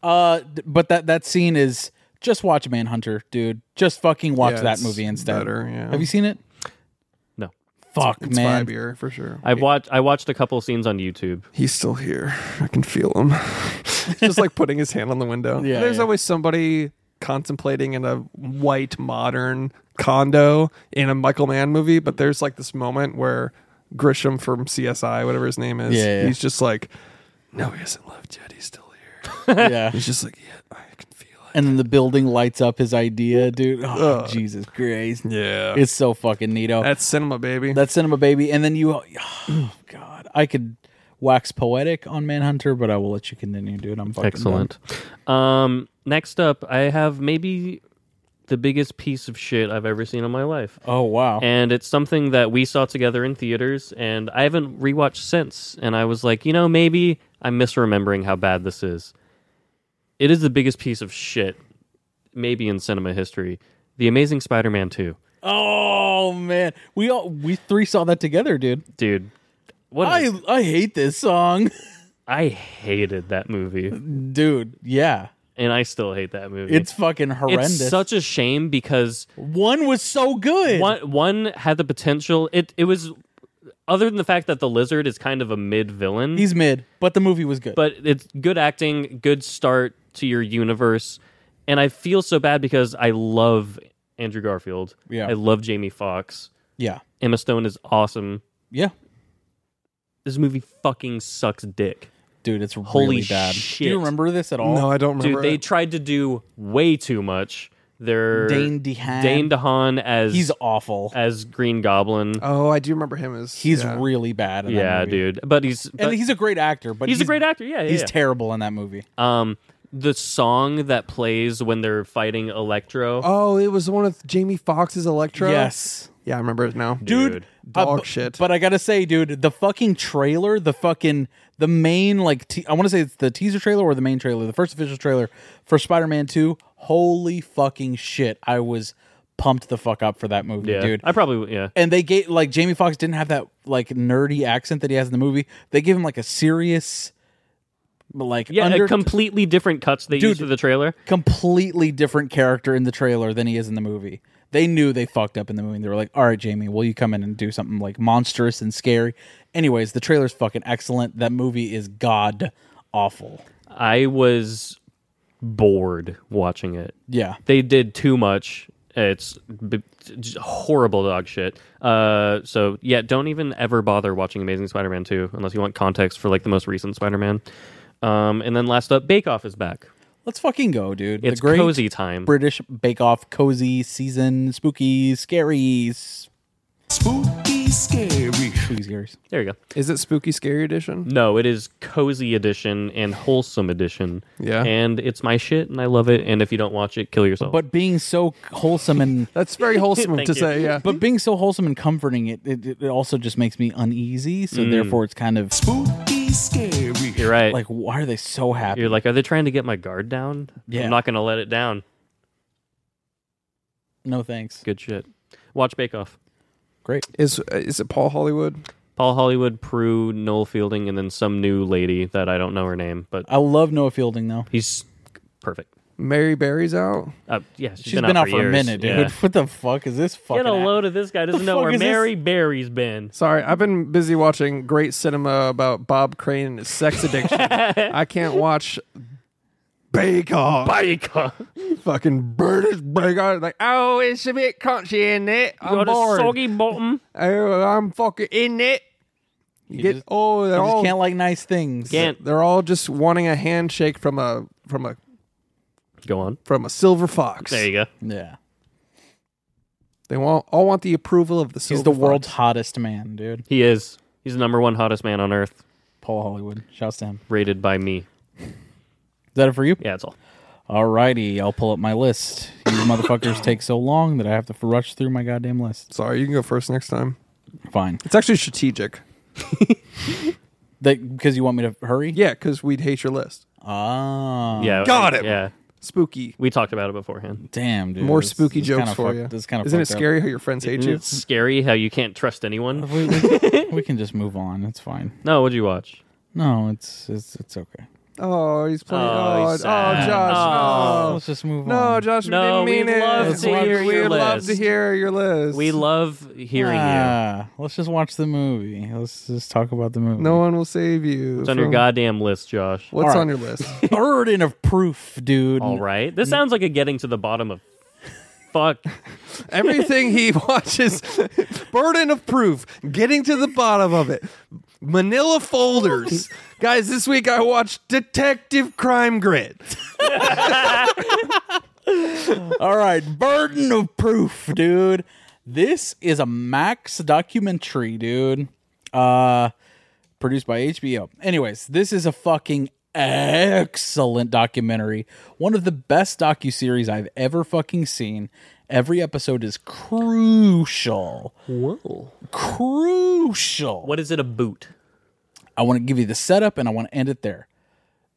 S1: Uh, d- but that that scene is just watch Manhunter, dude. Just fucking watch
S2: Yeah,
S1: that
S2: it's
S1: movie instead.
S2: better, yeah.
S1: Have you seen it?
S3: No.
S1: Fuck
S2: it's
S1: man,
S2: five year for sure
S3: I've watched I watched a couple scenes on YouTube.
S2: he's still here. I can feel him. Just like putting his hand on the window.
S1: Yeah,
S2: There's
S1: yeah.
S2: always somebody contemplating in a white modern condo in a Michael Mann movie, but there's like this moment where Grisham from CSI, whatever his name is,
S1: Yeah, yeah, yeah.
S2: he's just like, no, he hasn't left yet. He's still here.
S1: yeah.
S2: He's just like, yeah, I can feel it.
S1: And then the building lights up his idea, dude. Oh, Jesus Christ,
S2: Yeah.
S1: it's so fucking neato.
S2: That's cinema, baby.
S1: That's cinema, baby. And then you, oh, God, I could wax poetic on Manhunter, but I will let you continue, dude. I'm fucking done.
S3: Excellent. Um, next up, I have maybe the biggest piece of shit I've ever seen in my life.
S1: Oh wow,
S3: And it's something that we saw together in theaters, and I haven't rewatched since. And I was like, you know, maybe I'm misremembering how bad this is. It is the biggest piece of shit, maybe in cinema history. The Amazing Spider Man 2.
S1: oh man, we all we three saw that together, dude.
S3: Dude, what a-
S1: I I hate this song,
S3: I hated that movie,
S1: dude. Yeah.
S3: and I still hate that movie.
S1: It's fucking horrendous.
S3: It's such a shame because
S1: one was so good.
S3: one one had the potential. It it was other than the fact that the lizard is kind of a mid villain.
S1: He's mid, but the movie was good.
S3: but it's good acting, good start to your universe, and I feel so bad because I love Andrew Garfield.
S1: Yeah.
S3: I love Jamie Foxx.
S1: yeah,
S3: Emma Stone is awesome.
S1: yeah,
S3: This movie fucking sucks dick.
S1: dude, it's
S3: Holy
S1: really bad. Do
S3: shit.
S1: you remember this at all?
S2: no, I don't
S3: Dude,
S2: remember.
S3: they
S2: it.
S3: tried to do way too much. They're
S1: Dane DeHaan.
S3: Dane DeHaan as
S1: He's awful.
S3: as Green Goblin.
S2: oh, I do remember him as.
S1: He's
S2: yeah.
S1: really bad. In that
S3: yeah,
S1: movie.
S3: dude. But he's but
S1: and he's a great actor. But
S3: he's, a great actor. Yeah, yeah,
S1: He's
S3: yeah.
S1: terrible in that movie.
S3: um, the song that plays when they're fighting Electro.
S2: Oh, it was one of Jamie Foxx's Electro.
S1: Yes.
S2: Yeah, I remember it now.
S1: dude,
S3: Dude,
S1: uh,
S2: dog
S1: bu-
S2: shit.
S1: But I gotta say, dude, the fucking trailer, the fucking the main like te- I want to say it's the teaser trailer or the main trailer, the first official trailer for Spider-Man Two. Holy fucking shit! I was pumped the fuck up for that movie,
S3: yeah,
S1: dude.
S3: I probably would- yeah.
S1: and they gave like Jamie Foxx didn't have that like nerdy accent that he has in the movie. They gave him like a serious, like
S3: Yeah,
S1: under-
S3: a completely different cuts they
S1: Dude.
S3: used for the trailer.
S1: completely different character in the trailer than he is in the movie. They knew they fucked up in the movie. They were like, "All right, Jamie, will you come in and do something like monstrous and scary?" Anyways, the trailer's fucking excellent. That movie is god awful.
S3: I was bored watching it.
S1: Yeah,
S3: They did too much. It's b- just horrible dog shit. Uh, so yeah, don't even ever bother watching Amazing Spider-Man 2 unless you want context for like the most recent Spider-Man. Um, and then last up, Bake Off is back.
S1: let's fucking go, dude.
S3: It's
S1: the great
S3: cozy time.
S1: British Bake Off, cozy season, spooky, scary, s-
S4: Spooky, scary.
S1: spooky, scaries.
S3: There you go.
S2: Is it Spooky Scary Edition?
S3: No, it is cozy edition and wholesome edition.
S2: Yeah.
S3: And it's my shit and I love it. And if you don't watch it, kill yourself.
S1: But being so wholesome and
S2: That's very wholesome
S3: Thank
S2: to
S3: you.
S2: say. Yeah.
S1: but being so wholesome and comforting, it it, it also just makes me uneasy. So
S3: Mm.
S1: therefore, it's kind of
S4: Spooky, scary.
S3: you're right.
S1: like, why are they so happy?
S3: you're like, are they trying to get my guard down?
S1: Yeah.
S3: I'm not gonna let it down.
S1: No thanks.
S3: Good shit. Watch Bake Off.
S1: Great.
S2: Is is it Paul Hollywood?
S3: Paul Hollywood, Prue, Noel Fielding, and then some new lady that I don't know her name, but
S1: I love Noah Fielding though.
S3: he's perfect.
S2: Mary Barry's out.
S3: Uh, yeah, she's
S1: She's been, out for, a
S3: years.
S1: minute, dude.
S3: Yeah.
S1: What the fuck is this fucking?
S3: Get a
S1: act-
S3: load of this guy. Doesn't know
S1: fuck
S3: where
S1: is this?
S3: Mary Berry's been.
S2: Sorry, I've been busy watching great cinema about Bob Crane and his sex addiction. I can't watch Bake Off.
S3: Bake Off.
S2: Fucking British Bake Off. Like, oh, it's a bit crunchy in it. I'm bored.
S3: bottom.
S2: Oh, I'm fucking in it. You, get
S1: just-
S2: oh, they're
S1: I just
S2: all
S1: can't like nice things.
S3: Can't.
S2: they're all just wanting a handshake from a from a
S3: Go on.
S2: from a silver fox.
S3: There you go.
S1: Yeah.
S2: They want all want the approval of the
S1: He's
S2: silver.
S1: the
S2: fox.
S1: world's hottest man, dude.
S3: He is. He's the number one hottest man on earth,
S1: Paul Hollywood. Shouts to him.
S3: rated by me.
S1: Is that it for you?
S3: Yeah, that's all.
S1: Alrighty, I'll pull up my list. You motherfuckers take so long that I have to f- rush through my goddamn list.
S2: Sorry, you can go first next time.
S1: Fine.
S2: It's actually strategic.
S1: That because you want me to hurry?
S2: Yeah, because we'd hate your list.
S1: Ah.
S3: Yeah.
S2: Got it.
S3: Yeah.
S2: Spooky.
S3: We talked about it beformand.
S1: Damn, dude.
S2: More
S1: This-
S2: spooky
S1: this
S2: jokes
S1: kinda
S2: for
S1: fucked-
S2: you.
S1: This kind of
S2: Isn't it scary how your friends hate
S3: Isn't
S2: you?
S3: it scary how you can't trust anyone?
S1: We, we- we can just move on. It's fine.
S3: No, what'd you watch?
S1: No, it's it's it's okay.
S2: Oh, he's playing.
S3: Oh,
S2: Oh, oh,
S3: he's sad.
S2: Josh.
S1: Let's just move
S2: Oh. No.
S1: Oh, on.
S2: No, Josh,
S3: No,
S2: we didn't
S3: we'd
S2: mean it.
S3: love
S1: to hear
S2: we
S1: your
S2: would love
S3: list.
S2: to hear your list.
S3: We love hearing you.
S1: Ah, Let's just watch the movie. Let's just talk about the movie.
S2: No one will save you.
S3: It's on your
S2: from-
S3: goddamn list, Josh.
S2: What's
S1: All
S2: on
S1: right.
S2: your list?
S1: burden of proof, dude.
S3: All right. This sounds like a getting to the bottom of fuck.
S2: Everything he watches, burden of proof, getting to the bottom of it. Manila folders. Guys, this week I watched Detective Crime Grit.
S1: All right, burden of proof, dude. This is a Max documentary, dude. Uh produced by HBO. Anyways, this is a fucking excellent documentary. One of the best docuseries I've ever fucking seen. Every episode is crucial.
S3: Whoa.
S1: Crucial.
S3: What is it a boot?
S1: I want to give you the setup and I want to end it there.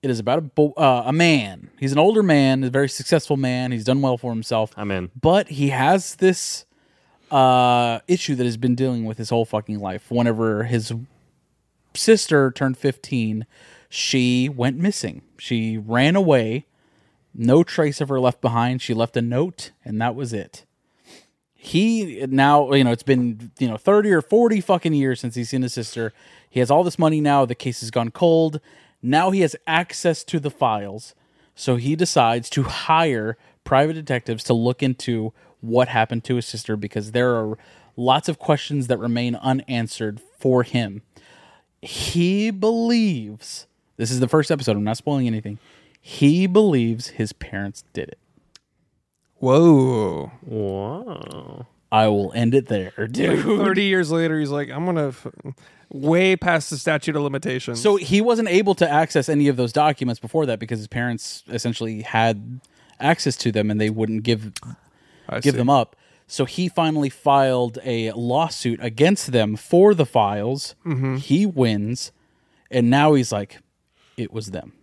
S1: It is about a, bo- uh, a man. He's an older man, a very successful man. He's done well for himself.
S3: I'm in.
S1: But he has this uh, issue that has been dealing with his whole fucking life. Whenever his sister turned 15, she went missing. She ran away. No trace of her left behind. She left a note, and that was it he now you know it's been you know 30 or 40 fucking years since he's seen his sister he has all this money now the case has gone cold now he has access to the files so he decides to hire private detectives to look into what happened to his sister because there are lots of questions that remain unanswered for him he believes this is the first episode i'm not spoiling anything he believes his parents did it
S2: Whoa.
S3: Wow.
S1: I will end it there, dude.
S2: 30 years later, he's like, I'm going to f- way past the statute of limitations.
S1: So he wasn't able to access any of those documents before that because his parents essentially had access to them and they wouldn't give
S2: I
S1: give
S2: see.
S1: them up. So he finally filed a lawsuit against them for the files.
S2: Mm-hmm.
S1: He wins, and now he's like, "It was them."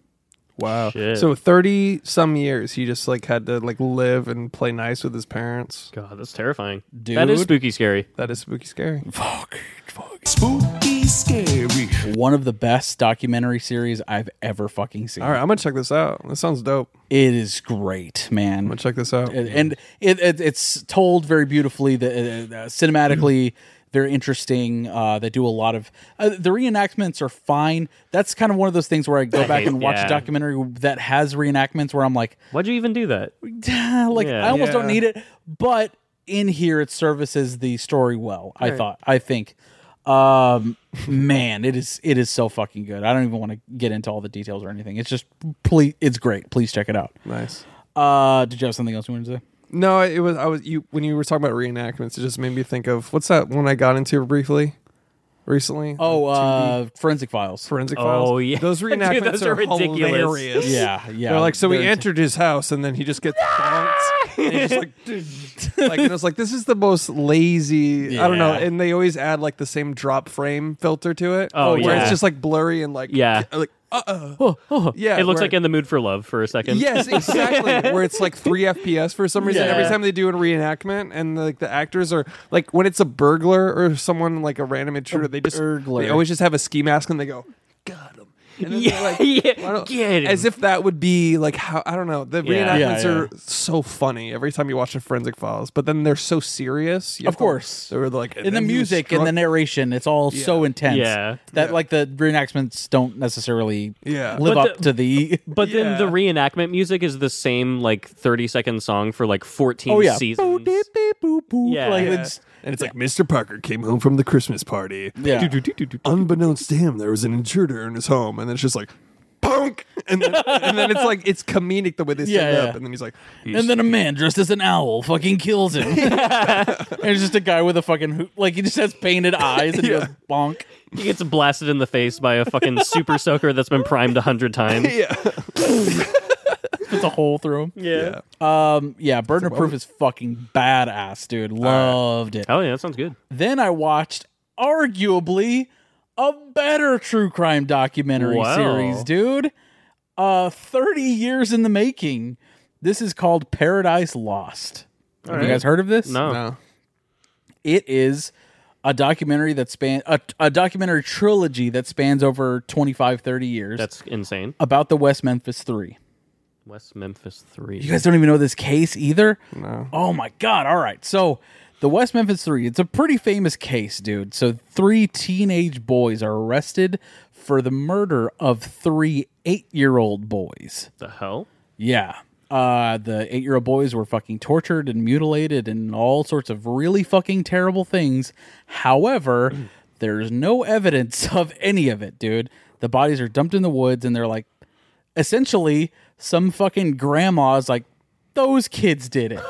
S2: Wow.
S3: Shit.
S2: So 30 some years, he just like had to like live and play nice with his parents.
S3: God, that's terrifying. That is
S1: Dude.
S3: spooky scary.
S2: That is spooky scary.
S1: Fuck, fuck.
S4: Spooky, scary.
S1: One of the best documentary series I've ever fucking seen.
S2: All right, I'm going to check this out. This sounds dope. I'm
S1: It is great, man.
S2: going to check this out.
S1: and, and it, it, it's told very beautifully that uh, uh, cinematically they're interesting uh, they do a lot of uh, the reenactments are fine that's kind of one of those things where i go back and watch
S3: yeah.
S1: a documentary that has reenactments where i'm like
S3: Why'd you even do that?
S1: like
S3: Yeah.
S1: i almost don't
S2: Yeah.
S1: need it but in here it services the story well i thought i think um man it is it is so fucking good i don't even want to get into all the details or anything it's just please it's great please check it out
S2: Nice.
S1: uh did you have something else you wanted to say
S2: No, it was I was you when you were talking about reenactments. It just made me think of what's that one I got into briefly, recently.
S1: Oh, uh, forensic files.
S2: forensic
S3: Oh,
S2: files.
S3: yeah.
S2: those
S3: Dude,
S2: reenactments
S3: those
S2: are,
S3: are ridiculous.
S2: hilarious.
S1: yeah, yeah.
S2: They're like, so we
S1: They're-
S2: entered his house, and then he just gets bounced. And he's just like, like, and I was like, this is the most lazy. I don't know.
S1: Yeah.
S2: And they always add like the same drop frame filter to it.
S3: Oh,
S2: where
S3: yeah.
S2: it's just like blurry and like,
S3: Yeah.
S2: like uh oh, yeah.
S3: it looks
S2: where-
S3: like in the mood for love for a second.
S2: Yes, exactly. Where it's like three FPS for some reason
S1: Yeah.
S2: every time they do a reenactment, and like the actors are like when it's a burglar or someone like a random intruder, they just
S1: burglar.
S2: they always just have a ski mask and they go, "Got him." And then
S3: Yeah,
S2: they're like,
S3: yeah,
S2: "Why don't-"
S3: get him.
S2: as if that would be like how I don't know. The
S3: Yeah.
S1: Yeah,
S2: reenactments
S1: yeah.
S2: are so funny every time you watch a Forensic Files, but then they're so serious. You
S1: Of
S2: have to-
S1: course.
S2: they were like
S1: in the music and the narration, it's all so intense.
S3: Yeah.
S1: that
S2: Yeah.
S1: like the reenactments don't necessarily
S2: Yeah.
S1: live
S3: But
S1: up
S3: the-
S1: to the.
S3: But then the
S2: Yeah.
S3: reenactment music is the same like 30 second song for like 14
S1: oh yeah,
S3: seasons. Yeah.
S1: Like,
S3: Yeah.
S1: It's,
S2: and it's like
S6: Mr. Parker came home from the Christmas party.
S1: yeah.
S2: unbeknownst to him, there was an intruder in his home, and it's just like, punk, and then, and then it's like it's comedic the way they set
S1: Yeah,
S2: it
S1: yeah.
S2: up, and then he's like, he's-
S1: And then a man dressed as an owl fucking kills him. and it's just a guy with a fucking hoop. Like he just has painted eyes and he goes bonk.
S3: He gets blasted in the face by a fucking super soaker that's been primed a hundred times.
S2: yeah,
S1: Puts a hole through him.
S3: yeah.
S1: Um, yeah, Burden of Proof is fucking badass, dude. Loved it.
S3: Hell yeah, that sounds good.
S1: Then I watched arguably a better true crime documentary
S3: Wow.
S1: series, dude. Uh 30 years in the making. This is called Paradise Lost. Have you
S3: right.
S1: guys heard of this?
S3: No.
S2: no,
S1: It is a documentary that span a, a documentary trilogy that spans over 25 30 years
S3: That's insane.
S1: about the West Memphis 3.
S3: West Memphis 3.
S1: You guys don't even know this case either? No. Oh my god. All right. So the West Memphis Three, it's a pretty famous case, dude. So three teenage boys are arrested for the murder of three eight-year-old boys.
S3: the hell?
S1: Yeah. Uh, the eight year old boys were fucking tortured and mutilated and all sorts of really fucking terrible things. However, there's no evidence of any of it, dude. The bodies are dumped in the woods and they're like, essentially, some fucking grandma's like, those kids did it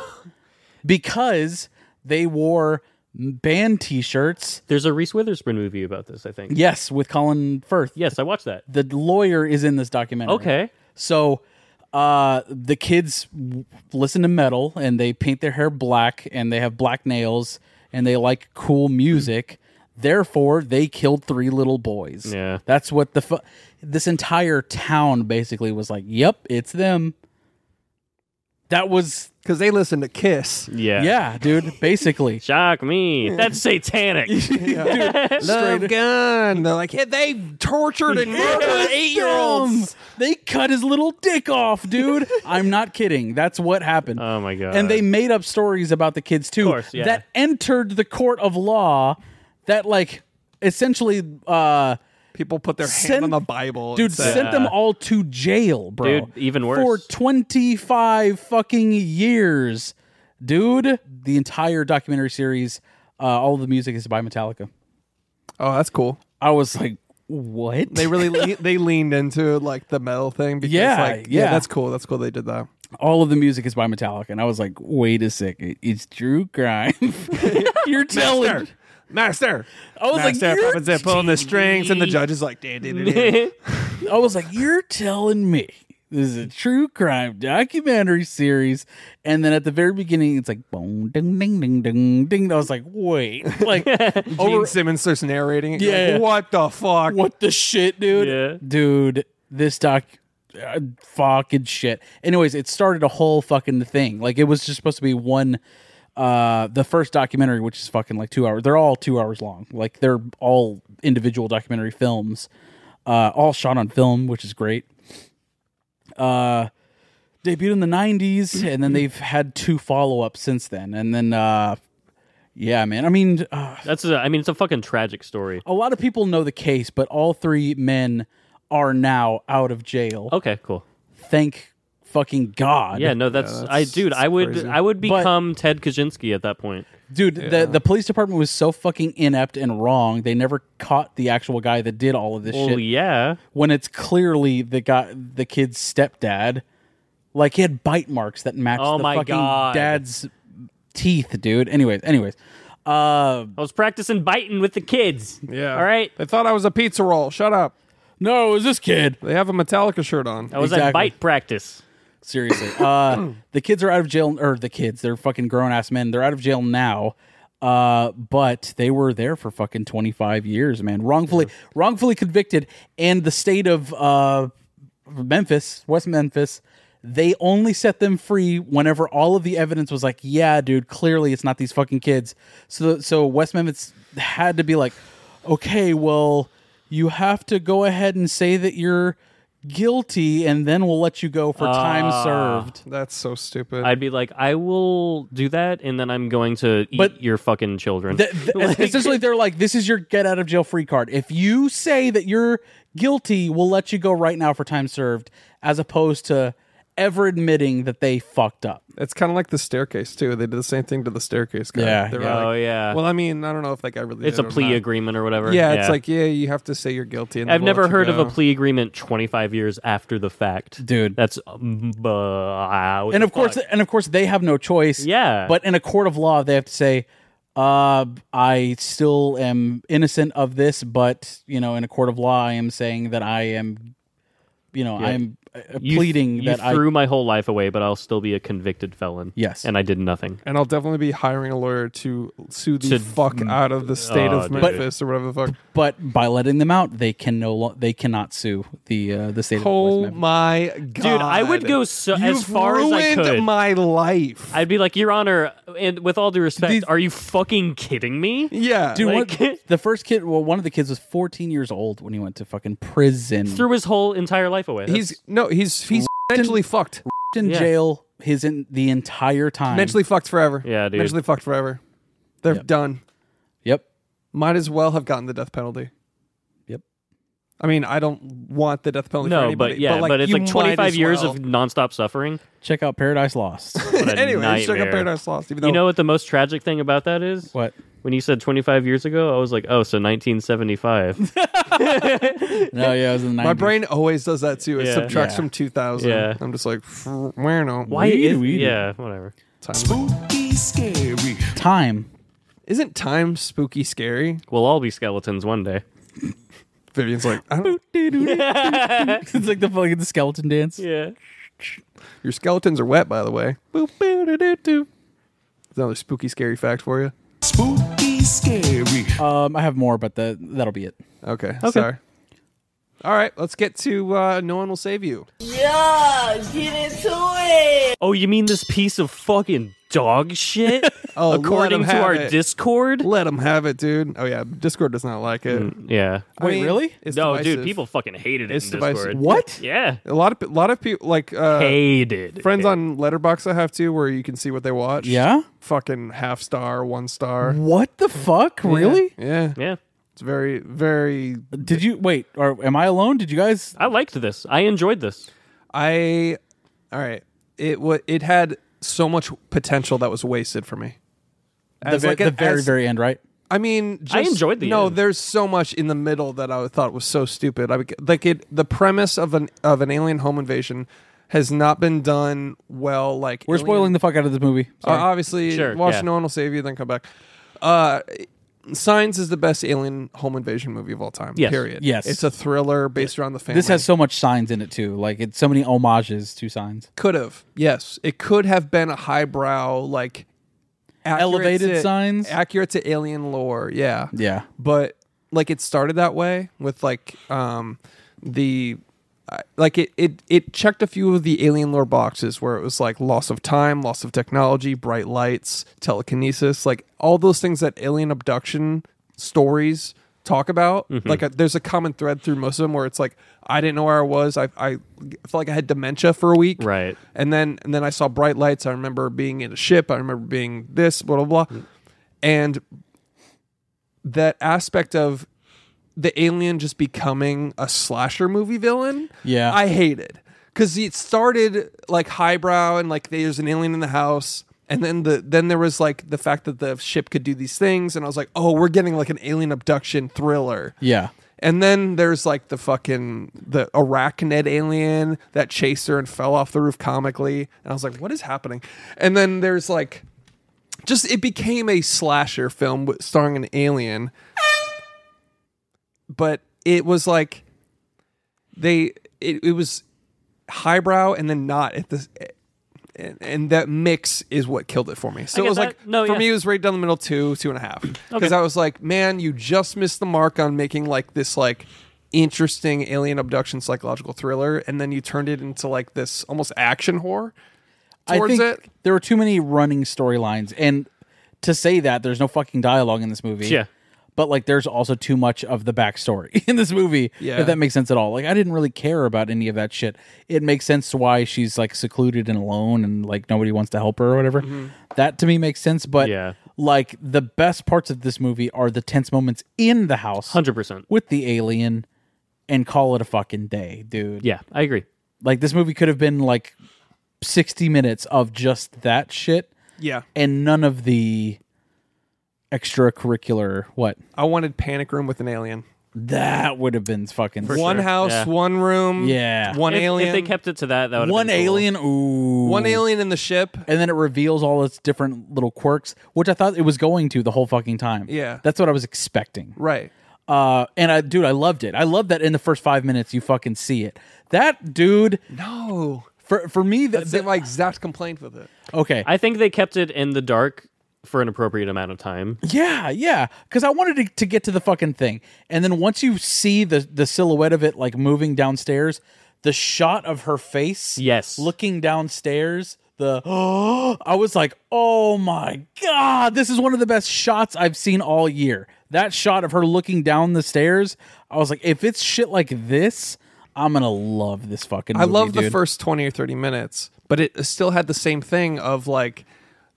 S1: because they wore band t shirts.
S3: There's a Reese Witherspoon movie about this, I think.
S1: Yes, with Colin Firth.
S3: Yes, I watched that.
S1: The lawyer is in this documentary.
S3: Okay.
S1: So uh, the kids w- listen to metal and they paint their hair black and they have black nails and they like cool music. Therefore, they killed three little boys.
S3: Yeah.
S1: That's what the fu- this entire town basically was like, "Yep, it's them." That was
S2: because they listen to Kiss.
S3: Yeah.
S1: yeah, dude, basically.
S3: Shock me. That's satanic.
S2: Love gun. They're like, yeah, they tortured and murdered eight year olds.
S1: Dumb. They cut his little dick off, dude. I'm not kidding. That's what happened.
S3: Oh my god.
S1: and they made up stories about the kids too
S3: course, yeah.
S1: that entered the court of law that like essentially uh
S2: People put their hand
S1: Send-
S2: on the Bible, and
S1: dude
S2: said-
S1: sent them all to jail bro
S3: Dude, even
S1: for
S3: worse.
S1: 25 fucking years dude the entire documentary series uh all the music is by metallica
S2: oh, that's cool.
S1: i was like what
S2: They really le- they leaned into like the metal thing because
S1: Yeah,
S2: like
S1: yeah.
S2: that's cool. That's cool. They did that.
S1: all of the music is by Metallica, and I was like, wait a second, it's Drew Grimes. You're telling.
S2: Master.
S1: I was like,
S2: Master
S1: "You're
S2: puppets that pulling the strings, and the judge is like, "Dun, dun, dun, dun."
S1: I was like, you're telling me this is a true crime documentary series. And then at the very beginning, it's like, boom, ding, ding, ding, ding, ding. I was like, wait, like,
S2: Gene
S1: over,
S2: Simmons starts narrating. it.
S1: Yeah,
S2: You're
S1: yeah.
S2: like, what the fuck?
S1: what the shit, dude?
S3: Yeah.
S1: Dude, this doc, uh, fucking shit. Anyways, it started a whole fucking thing. Like, it was just supposed to be one. Uh, the first documentary, which is fucking like two hours, they're all two hours long. Like they're all individual documentary films, uh, all shot on film, which is great. uh debuted in the 90s and then they've had two follow-ups since then and then uh yeah man i mean uh,
S3: That's a, I mean, it's a fucking tragic story.
S1: a lot of people know the case but all three men are now out of jail
S3: Okay, cool.
S1: thank fucking god
S3: Oh. Yeah, no, that's, I, dude, I would, I would
S1: But-
S3: become Ted Kaczynski at that point.
S1: dude the, the police department was so fucking inept and wrong they never caught the actual guy that did all of this
S3: Well,
S1: shit
S3: Oh, yeah,
S1: when it's clearly the guy the kid's stepdad like he had bite marks that matched
S3: Oh
S1: the
S3: my
S1: fucking
S3: God.
S1: dad's teeth dude anyways anyways uh
S3: I was practicing biting with the kids.
S2: Yeah.
S3: all right.
S2: They thought I was a pizza roll. Shut up.
S1: no it was this kid
S2: They have a Metallica shirt on.
S3: I was
S1: Exactly.
S3: at bite practice.
S1: Seriously. Uh, the kids are out of jail, or the kids, they're fucking grown ass men. They're out of jail now. Uh, but they were there for fucking 25 years, man. Wrongfully, wrongfully convicted. And the state of uh, Memphis, West Memphis, they only set them free whenever all of the evidence was like, yeah, dude, clearly it's not these fucking kids. So, so West Memphis had to be like, okay, well, you have to go ahead and say that you're guilty and then we'll let you go for time served.
S2: That's so stupid.
S3: I'd be like, I will do that, and then I'm going to eat
S1: But-
S3: your fucking children.
S1: Th- th- essentially, they're like, this is your get out of jail free card. If you say that you're guilty, we'll let you go right now for time served, as opposed to ever admitting that they fucked up.
S2: it's kind of like the staircase too. They did the same thing to the staircase guy.
S1: Yeah,
S2: They were
S1: yeah.
S2: like,
S3: oh yeah,
S2: Well, I mean, I don't know if that guy really.
S3: it's a
S2: did or
S3: plea
S2: not.
S3: agreement or whatever.
S2: Yeah, it's like yeah, you have to say you're guilty. And then
S3: I've
S2: we'll
S3: never
S2: let you
S3: heard of a
S2: go.
S3: plea agreement 25 years after the fact,
S1: Dude.
S3: That's um, bah, what
S1: and
S3: the
S1: of course,
S3: fuck?
S1: and of course, they have no choice.
S3: Yeah.
S1: But in a court of law, they have to say, uh, "I still am innocent of this," but you know, in a court of law, I am saying that I am, you know, I am uh,
S3: You-
S1: pleading
S3: you
S1: that
S3: threw
S1: I.
S3: my whole life away, but I'll still be a convicted felon.
S1: Yes.
S3: and I did nothing.
S2: And I'll definitely be hiring a lawyer to sue the
S3: To-
S2: fuck out of the state
S3: Oh,
S2: of
S3: dude.
S2: Memphis or whatever the fuck.
S1: But by letting them out, they can no, lo- they cannot sue the uh, the state. of
S2: Oh
S1: West Memphis.
S2: my god, dude!
S3: I would go so- as far as I could.
S2: My life.
S3: I'd be like, Your Honor, and with all due respect,
S2: These-
S3: are you fucking kidding me?
S2: yeah,
S1: Dude, one-
S3: Like-
S1: the first kid, well, one of the kids was 14 years old when he went to fucking prison.
S3: Threw his whole entire life away. That's-
S2: He's no, he's he's mentally fucked.
S1: in
S3: yeah.
S1: jail his in the entire time.
S2: Mentally fucked forever.
S3: Yeah, dude.
S2: Mentally fucked forever. They're done.
S1: Yep.
S2: Might as well have gotten the death penalty.
S1: Yep.
S2: I mean, I don't want the death penalty. for
S3: no,
S2: anybody,
S3: but yeah, but,
S2: like,
S3: it's
S2: you
S3: like
S2: might
S3: 25
S2: as
S3: years
S2: well.
S3: of nonstop suffering.
S1: Check out Paradise Lost.
S3: What a
S2: Anyway, check out
S3: nightmare.
S2: Paradise Lost. Even though
S3: You know what the most tragic thing about that is?
S1: what?
S3: When you said 25 years ago, I was like, oh, so 1975.
S1: No, yeah, it was in the 90s.
S2: my brain always does that too. It
S3: Yeah.
S2: subtracts
S1: Yeah.
S2: from 2000.
S3: Yeah.
S2: I'm just like, where no?
S3: Why
S1: Weed,
S3: is
S1: weed.
S3: yeah, whatever.
S4: Spooky, scary.
S1: time.
S2: Isn't time spooky scary?
S3: We'll all be skeletons one day.
S2: Vivian's like, I don't,
S1: it's like the fucking skeleton dance.
S3: Yeah.
S2: your skeletons are wet, by the way. Boop, boo, doo, doo, doo. Another spooky scary fact for you.
S4: Spooky, scary.
S1: Um, I have more, but the, that'll be it.
S2: Okay, sorry. All right, let's get to uh, No One Will Save You.
S7: Yeah, get into it.
S3: Oh, you mean this piece of fucking dog shit?
S2: Oh, let him
S3: According to
S2: have
S3: our
S2: it.
S3: Discord?
S2: Let them have it, dude. Oh, yeah. Discord does not like it.
S3: Yeah.
S2: I
S1: Wait,
S2: mean,
S1: really?
S2: It's
S3: Mm. no,
S2: divisive.
S3: dude, people fucking hated it
S2: It's
S3: in
S2: divisive.
S3: Discord.
S1: What?
S3: Yeah.
S2: A lot of, a lot of people, like, uh,
S3: Hated.
S2: friends
S3: it.
S2: on Letterbox I have too, where you can see what they watch.
S1: Yeah?
S2: Fucking half star, one star.
S1: What the fuck? Really?
S2: Yeah.
S3: Yeah.
S2: It's very, very.
S1: Did you wait? Or am I alone? Did you guys?
S3: I liked this. I enjoyed this.
S2: I. All right. It wa It had so much potential that was wasted for me.
S1: The,
S2: As,
S1: ve-
S2: like,
S1: the very
S2: as-
S1: very end, right?
S2: I mean, just,
S3: I enjoyed the
S2: No,
S3: end.
S2: there's so much in the middle that I thought was so stupid. I would- like it. The premise of an of an alien home invasion has not been done well. Like
S1: We're
S2: Alien-
S1: spoiling the fuck out of this movie.
S2: Uh,
S1: Sorry.
S2: obviously,
S3: Sure,
S2: watch
S3: yeah.
S2: No One Will Save You, then come back. Uh, Signs is the best alien home invasion movie of all time.
S3: Yes.
S2: Period.
S1: Yes.
S2: it's a thriller based around the family.
S1: this has so much signs in it too. Like it's so many homages to signs.
S2: could have yes, it could have been a highbrow like accurate
S1: Elevated
S2: to-
S1: signs?
S2: accurate to alien lore. Yeah,
S1: Yeah.
S2: but like it started that way with like um the I- like it, it it checked a few of the alien lore boxes where it was like loss of time loss of technology bright lights telekinesis like all those things that alien abduction stories talk about like a, there's a common thread through most of them where it's like i didn't know where i was i, I felt like i had dementia for a week
S3: Right.
S2: and then and then I saw bright lights. I remember being in a ship. I remember being this blah blah blah, and that aspect of the alien just becoming a slasher movie villain.
S1: Yeah.
S2: I hated because it started like highbrow and like there's an alien in the house. And then the then there was like the fact that the ship could do these things, and I was like, oh, we're getting like an alien abduction thriller.
S1: Yeah.
S2: And then there's like the fucking the arachnid alien that chased her and fell off the roof comically. And I was like, what is happening? And then there's like just it became a slasher film with- starring an alien. But it was like they it, it was highbrow and then not at this and, and that mix is what killed it for me. So it
S3: get
S2: was
S3: that.
S2: like
S3: No,
S2: for
S3: yeah.
S2: me it was right down the middle two, two and a half. Because
S3: Okay.
S2: I was like, man, you just missed the mark on making like this like interesting alien abduction psychological thriller, and then you turned it into like this almost action horror towards
S1: I think
S2: it.
S1: there were too many running storylines, and to say that there's no fucking dialogue in this movie.
S3: Yeah.
S1: But like, there's also too much of the backstory in this movie.
S2: Yeah.
S1: If that makes sense at all. Like, I didn't really care about any of that shit. It makes sense why she's like secluded and alone, and like nobody wants to help her or whatever.
S2: Mm-hmm.
S1: That to me makes sense. But
S3: Yeah.
S1: like the best parts of this movie are the tense moments in the house
S3: 100%.
S1: with the alien, and call it a fucking day, dude.
S3: Yeah, I agree.
S1: Like this movie could have been like 60 minutes of just that shit
S2: Yeah.
S1: and none of the extracurricular what
S2: I wanted Panic Room with an alien.
S1: that would have been fucking
S2: one
S3: sure.
S2: house,
S3: Yeah.
S2: one room,
S1: Yeah.
S2: one
S3: If,
S2: alien,
S3: if they kept it to that, that would
S1: one alien ooh
S2: one alien in the ship.
S1: and then it reveals all its different little quirks which i thought it was going to the whole fucking time
S2: Yeah.
S1: that's what i was expecting
S2: Right.
S1: uh and i dude i loved it i love that in the first five minutes you fucking see it that dude
S2: No.
S1: for for me that,
S2: That's my exact complaint with it.
S1: okay
S3: I think they kept it in the dark for an appropriate amount of time.
S1: Yeah, yeah. Because I wanted to, to get to the fucking thing, and then once you see the the silhouette of it like moving downstairs, the shot of her face,
S3: Yes.
S1: looking downstairs. The oh, I was like, oh my god, this is one of the best shots I've seen all year. That shot of her looking down the stairs, I was like, if it's shit like this, I'm gonna love this fucking.
S2: I
S1: Movie,
S2: love the
S1: dude.
S2: first 20 or 30 minutes, but it still had the same thing of like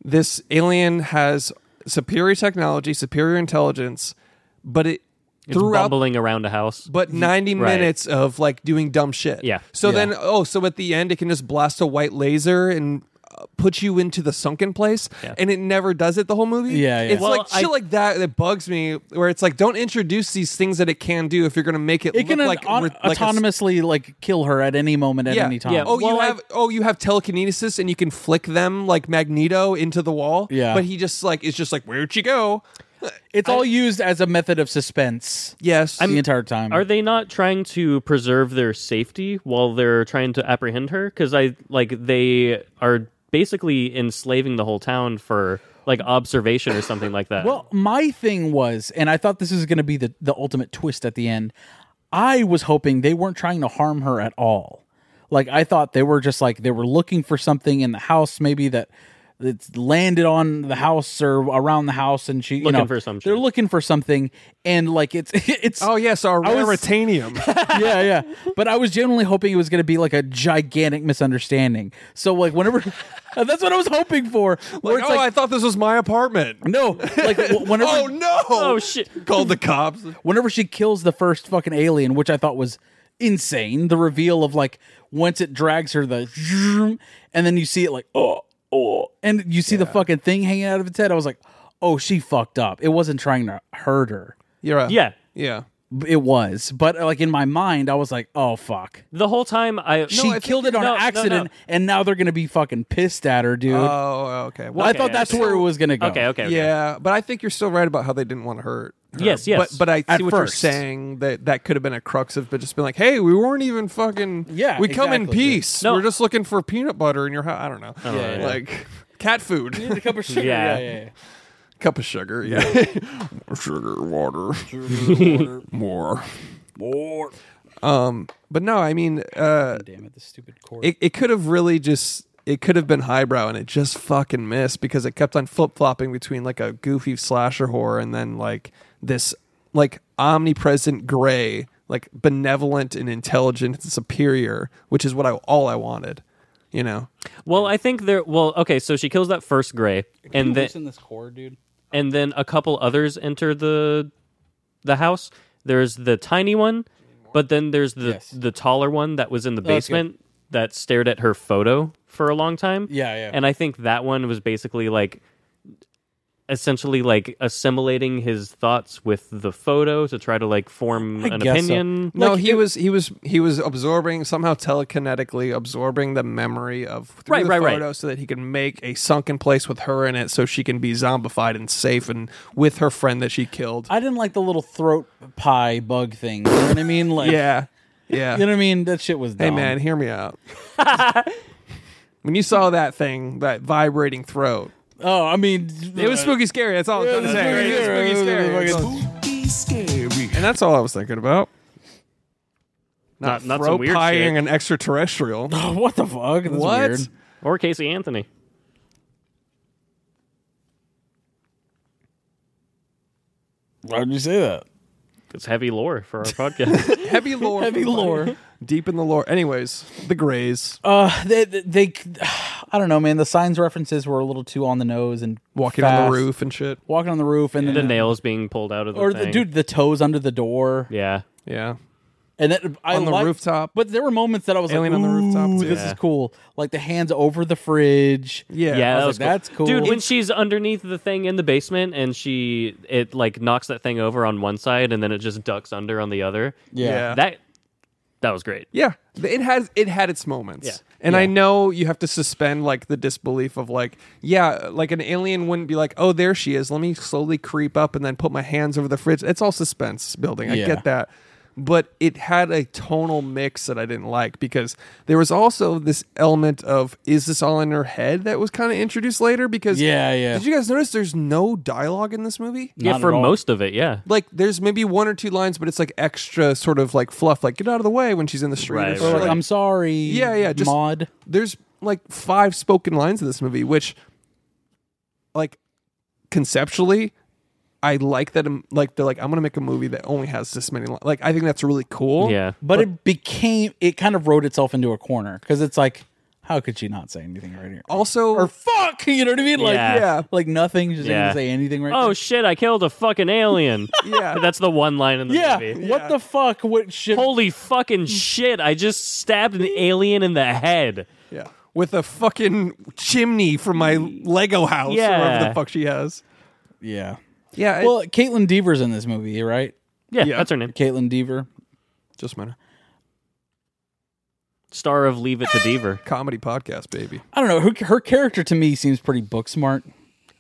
S2: this alien has superior technology, superior intelligence, but it throughout
S3: Bumbling around a house.
S2: but 90
S3: Right.
S2: minutes of like doing dumb shit.
S3: Yeah.
S2: So
S1: Yeah.
S2: then oh, so at the end it can just blast a white laser and uh, put you into the sunken place
S3: Yeah.
S2: and it never does it the whole movie
S1: Yeah, yeah.
S2: it's
S3: Well,
S2: like shit
S3: I-
S2: like that that bugs me where it's like don't introduce these things that it can do if you're gonna make it,
S1: It can
S2: look
S1: like
S2: like, re- like a s-
S1: autonously like kill her at any moment at any time.
S3: yeah.
S2: Oh,
S3: Well,
S2: you
S3: I-
S2: have oh, you have telekinesis and you can flick them like Magneto into the wall.
S1: Yeah.
S2: but he just like it's just like where'd she go?
S1: It's all used as a method of suspense
S2: Yes,
S1: the entire time.
S3: Are they not trying to preserve their safety while they're trying to apprehend her? Because I like they are basically enslaving the whole town for like observation or something like that.
S1: Well, my thing was, and I thought this was going to be the, the ultimate twist at the end. I was hoping they weren't trying to harm her at all. Like I thought they were just like they were looking for something in the house, maybe that that's landed on the house or around the house, and she you
S3: Looking
S1: know,
S3: for some
S1: They're
S3: shit.
S1: looking for something, and like it's it's
S2: oh yes, our
S1: I was-
S2: raritanium.
S1: yeah, yeah. But I was genuinely hoping it was going to be like a gigantic misunderstanding. So like whenever that's what I was hoping for. where
S2: like,
S1: it's
S2: oh,
S1: like,
S2: I thought this was my apartment.
S1: no, like wh- whenever
S2: Oh no!
S3: Oh, shit.
S2: Called the cops.
S1: whenever she kills the first fucking alien, which I thought was insane, the reveal of like once it drags her the zhroom, and then you see it like oh oh and you see the fucking thing hanging out of its head. I was like, "Oh, she fucked up. It wasn't trying to hurt her."
S2: You're a,
S3: yeah.
S2: yeah.
S1: it was, but uh, like in my mind, I was like, "Oh fuck."
S3: The whole time I
S1: she killed it on
S3: no, no, no.
S1: accident, and now they're gonna be fucking pissed at her, dude.
S2: Oh, okay. Well,
S1: I thought
S3: yeah,
S1: that's
S3: so-
S1: where it was gonna go.
S3: Okay, okay, okay.
S2: yeah, but I think you're still right about how they didn't want to hurt. her.
S3: Yes, yes.
S2: But, but I see
S1: At
S2: what
S1: first.
S2: you're saying that that could have been a crux of, but just been like, hey, we weren't even fucking.
S1: Yeah,
S2: we come in
S1: exactly.
S2: peace.
S3: No.
S2: We're just looking for peanut butter in your house. I don't know,
S3: Yeah, yeah.
S2: like cat food,
S1: The cup of sugar.
S3: Yeah.
S1: yeah, yeah, yeah.
S2: cup of sugar. Yeah, sugar, water, more.
S1: More.
S2: Um, but no, I mean, uh,
S1: Damn it, this stupid cord.
S2: it, it could have really just it could have been highbrow and it just fucking missed because it kept on flip flopping between like a goofy slasher horror and then like this like omnipresent gray, like benevolent and intelligent and superior, which is what I all I wanted. You know?
S3: Well, I think there. Well, okay. So she kills that first gray, and then
S1: loosen this cord, dude.
S3: and then a couple others enter the the house. There's the tiny one, but then there's the
S1: Yes. Oh,
S3: the taller one that was in the
S1: good.
S3: basement that stared at her photo for a long time.
S1: Yeah, yeah.
S3: And I think that one was basically like essentially like assimilating his thoughts with the photo to try to like form
S1: I
S3: an
S1: guess so.
S3: opinion.
S2: No,
S1: Like,
S2: he
S1: it-
S2: was he was he was absorbing somehow telekinetically absorbing the memory of through
S3: Right,
S2: the
S3: right, right.
S2: photo so that he can make a sunken place with her in it so she can be zombified and safe and with her friend that she killed.
S1: I didn't like the little throat pie bug thing. You know what I mean? Like,
S2: yeah. Yeah.
S1: You know what I mean? That shit was. Dumb.
S2: Hey man, hear me out. when you saw that thing, that vibrating throat,
S1: Oh, I mean,
S2: it was spooky scary. That's all I was trying to say. It was spooky scary. That's all- and that's all I was thinking about.
S3: Not- not some
S2: throat
S3: weird
S2: pieing
S3: shit.
S2: an extraterrestrial.
S1: Oh, what the fuck? That's
S2: What?
S1: Weird.
S3: Or Casey Anthony.
S1: Why would you say that?
S3: It's heavy lore for our podcast.
S2: Heavy lore.
S1: Heavy lore.
S2: Deep in the lore. Anyways, the Greys
S1: Uh, they, they, they, I don't know, man. The signs references were a little too on the nose and
S2: walking on
S1: fast.
S2: the roof and shit.
S1: walking on the roof, and
S3: the
S1: then
S3: nails being pulled out of the
S1: or the
S3: thing.
S1: dude, the toes under the door,
S3: Yeah.
S2: Yeah.
S1: and that I
S2: On the
S1: liked-
S2: rooftop.
S1: But there were moments that I was
S2: Alien
S1: like,
S2: on the rooftop,
S1: "Ooh,
S2: too."
S1: This
S3: Yeah.
S1: is cool. Like the hands over the fridge.
S2: Yeah.
S3: Yeah,
S1: I was
S3: that was
S1: like, "That's cool."
S3: dude. When
S1: It's-
S3: she's underneath the thing in the basement and she it like knocks that thing over on one side and then it just ducks under on the other.
S2: Yeah.
S3: that that was great.
S2: Yeah, th- it has it had its moments.
S3: Yeah.
S2: And I know you have to suspend like the disbelief of like, yeah, like an alien wouldn't be like, oh, there she is. Let me slowly creep up and then put my hands over the fridge. It's all suspense building. I
S1: Yeah.
S2: get that. But it had a tonal mix that I didn't like because there was also this element of is this all in her head that was kind of introduced later because
S1: Yeah, yeah.
S2: Did you guys notice there's no dialogue in this movie?
S1: Not
S3: yeah, for
S1: at all.
S3: most of it. Yeah,
S2: like there's maybe one or two lines, but it's like extra sort of like fluff, like get out of the way when she's in the street. or
S3: Right,
S1: Or
S2: shit
S1: like,
S2: like-
S1: I'm sorry.
S2: Yeah, yeah, just-
S1: Maud.
S2: there's like five spoken lines in this movie, which like conceptually I like that. I'm like they're like I'm gonna make a movie that only has this many. Li-. Like I think that's really cool.
S3: yeah.
S1: But, it became it kind of wrote itself into a corner because it's like, how could she not say anything right here? Oh,
S2: Also,
S1: or fuck, you know what I mean? Like,
S3: Yeah.
S2: Yeah.
S1: like nothing. Just
S3: Yeah.
S1: didn't say anything right.
S3: Oh
S1: there.
S3: shit! I killed a fucking alien.
S2: Yeah.
S3: that's the one line in the
S1: yeah.
S3: movie.
S1: What the fuck? What shit?
S3: Holy fucking shit! I just stabbed an alien in the head.
S2: yeah, with a fucking chimney from my Lego house, or whatever
S3: Yeah.
S2: the fuck she has.
S1: yeah.
S2: Yeah, it
S1: Well, Caitlin Deaver's in this movie, right?
S3: Yeah,
S2: Yeah.
S3: that's her name.
S1: Caitlin Deaver.
S2: just matter.
S3: Star of Leave It to Deaver.
S2: Comedy podcast, baby.
S1: I don't know. Her, her character to me seems pretty book smart,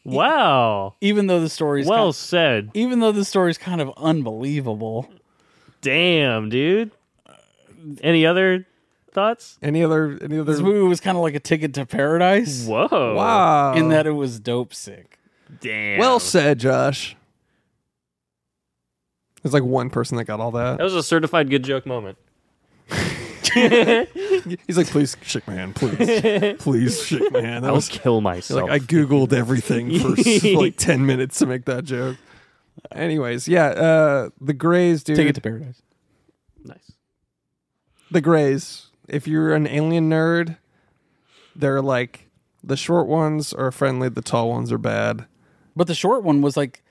S3: Wow.
S1: even though the story's
S3: Well
S1: kind
S3: said.
S1: even though the story's kind of unbelievable.
S3: Damn, dude. Any other thoughts?
S2: Any other? Any other?
S1: This movie was kind of like a ticket to paradise
S3: Whoa.
S2: Wow.
S1: in that it was dope sick.
S3: Damn.
S2: well said, Josh. There's like one person that got all that.
S3: That was a certified good joke moment.
S2: He's like, please shake my hand, please, please shake my hand. That
S3: I will
S2: was
S3: kill myself.
S2: like I googled everything for s- like ten minutes to make that joke. Anyways, yeah, uh, the Greys, dude.
S1: Ticket to paradise.
S3: nice.
S2: the Greys. If you're an alien nerd, they're like the short ones are friendly, the tall ones are bad.
S1: But the short one was like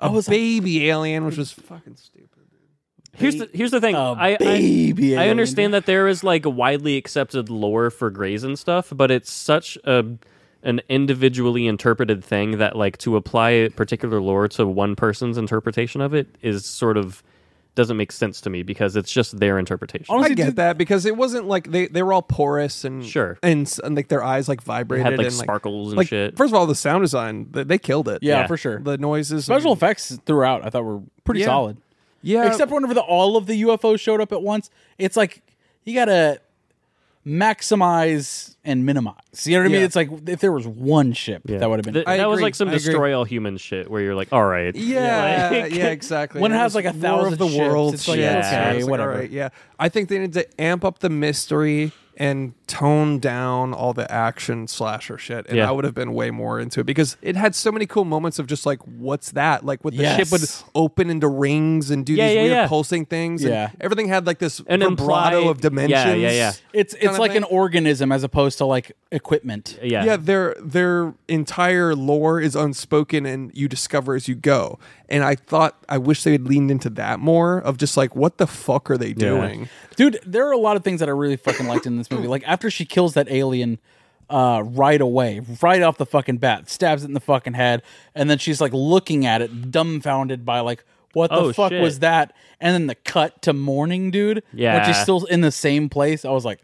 S1: I
S2: A
S1: was like,
S2: baby alien, which was fucking stupid.
S3: Here's the here's the thing.
S1: a
S3: I, I
S1: baby.
S3: I
S1: alien.
S3: understand that there is like widely accepted lore for Greys and stuff, but it's such a an individually interpreted thing that like to apply a particular lore to one person's interpretation of it is sort of doesn't make sense to me because it's just their interpretation.
S1: Honestly,
S2: I get
S1: did-
S2: that because it wasn't like they, they were all porous and
S3: Sure.
S2: and, s- and like their eyes like vibrated
S3: like,
S2: and,
S3: sparkles and
S2: like,
S3: shit.
S2: First of all, the sound design they, they killed it.
S1: Yeah,
S3: Yeah.
S1: for sure.
S2: the noises,
S1: Special
S2: and,
S1: effects throughout, I thought were pretty
S2: Yeah.
S1: solid.
S2: yeah,
S1: Except whenever the, all of the UFOs showed up at once, it's like you gotta maximize and minimize. You know what I mean?
S2: Yeah.
S1: It's like if there was one ship, that would have been.
S3: Th-
S2: I
S3: that was
S2: agree.
S3: like some
S2: I agree.
S3: destroy all human shit where you're like, all right,
S2: Yeah,
S3: Like-
S2: yeah, exactly.
S1: When it
S2: And
S1: has,
S2: it's
S1: like, a
S2: War
S1: thousand
S2: of the
S1: ships,
S2: world,
S1: it's like,
S2: shit.
S3: okay,
S2: Yeah, it's like,
S1: whatever.
S2: alright, yeah, I think they need to amp up the mystery and tone down all the action slasher shit. And
S3: Yeah.
S2: I would have been way more into it because it had so many cool moments of just like, what's that? Like, what the ship would
S1: Yes.
S2: open into rings and do
S3: Yeah,
S2: these
S3: yeah,
S2: weird
S3: yeah.
S2: pulsing things.
S1: Yeah.
S2: and everything had like this
S3: An
S2: vibrato
S3: implied-
S2: of dimensions.
S3: Yeah, yeah, yeah.
S1: it's it's
S2: of
S1: like an
S2: thing.
S1: organism as opposed to like equipment.
S3: yeah,
S2: yeah their their entire lore is unspoken and you discover as you go and i thought i wish they had leaned into that more of just like what the fuck are they doing
S1: Dude, there are a lot of things that I really fucking liked in this movie. Like after she kills that alien uh, right away, right off the fucking bat, stabs it in the fucking head, and then she's like looking at it, dumbfounded by like, what the
S3: Oh,
S1: fuck
S3: shit.
S1: was that? And then the cut to morning, dude.
S3: Yeah.
S1: But she's still in the same place. I was like,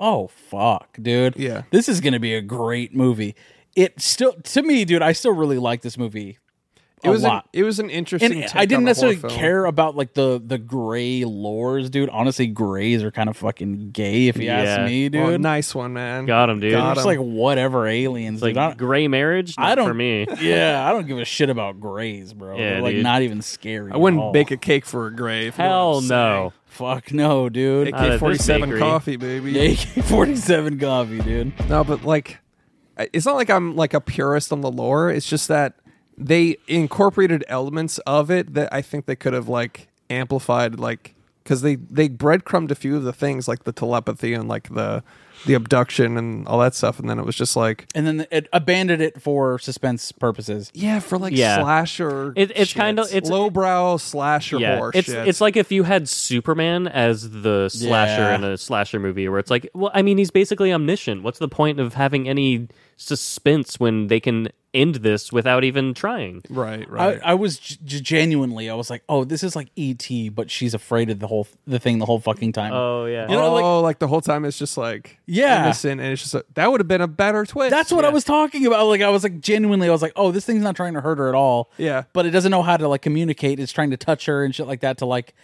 S1: oh fuck, dude.
S2: Yeah.
S1: This is gonna be a great movie. It still to me, dude, I still really like this movie.
S2: it was
S1: a lot.
S2: An, it was an interesting
S1: and
S2: take
S1: I didn't
S2: on a horror
S1: necessarily
S2: film.
S1: care about like the the gray lores, dude. Honestly, grays are kind of fucking gay if you
S3: Yeah.
S1: ask me, dude.
S2: Oh, nice one man
S3: got him, dude.
S1: They're
S2: Got
S1: just
S2: 'em.
S1: like whatever aliens,
S3: Like
S1: dude. I don't-
S3: gray marriage, Not
S1: I don't
S3: for me.
S1: yeah, I don't give a shit about grays, bro.
S3: Yeah,
S1: They're like
S3: dude.
S1: not even scary.
S2: i wouldn't bake
S1: it.
S2: a cake for a grave
S3: Hell no.
S1: Fuck no, dude.
S3: Out of this
S2: AK-47
S3: bakery.
S2: coffee, baby.
S1: AK forty seven coffee, dude.
S2: No, but like, I- it's not like I'm like a purist on the lore. It's just that they incorporated elements of it that I think they could have like amplified, like because they they breadcrumbed a few of the things like the telepathy and like the the abduction and all that stuff, and then it was just like
S1: And then it abandoned it for suspense purposes.
S2: yeah, for like
S3: Yeah.
S2: slasher.
S3: It- it's
S2: shits.
S3: kinda- it's-
S2: lowbrow slasher horror.
S3: it's
S2: shits.
S3: it's like if you had Superman as the slasher
S1: Yeah.
S3: in a slasher movie, where it's like, well, I mean, he's basically omniscient. What's the point of having any suspense when they can end this without even trying?
S2: right,
S1: I,
S2: right.
S1: I was g- g- genuinely, I was like, oh, this is like ET, but she's afraid of the whole the thing the whole fucking time.
S3: Oh yeah,
S1: You know, like-
S2: oh, like the whole time it's just like
S1: Yeah.
S2: innocent, and it's just like, that would have been a better twist.
S1: That's what I was talking about. Like I was like genuinely, I was like, oh, this thing's not trying to hurt her at all.
S2: Yeah.
S1: But it doesn't know how to like communicate. It's trying to touch her and shit like that to like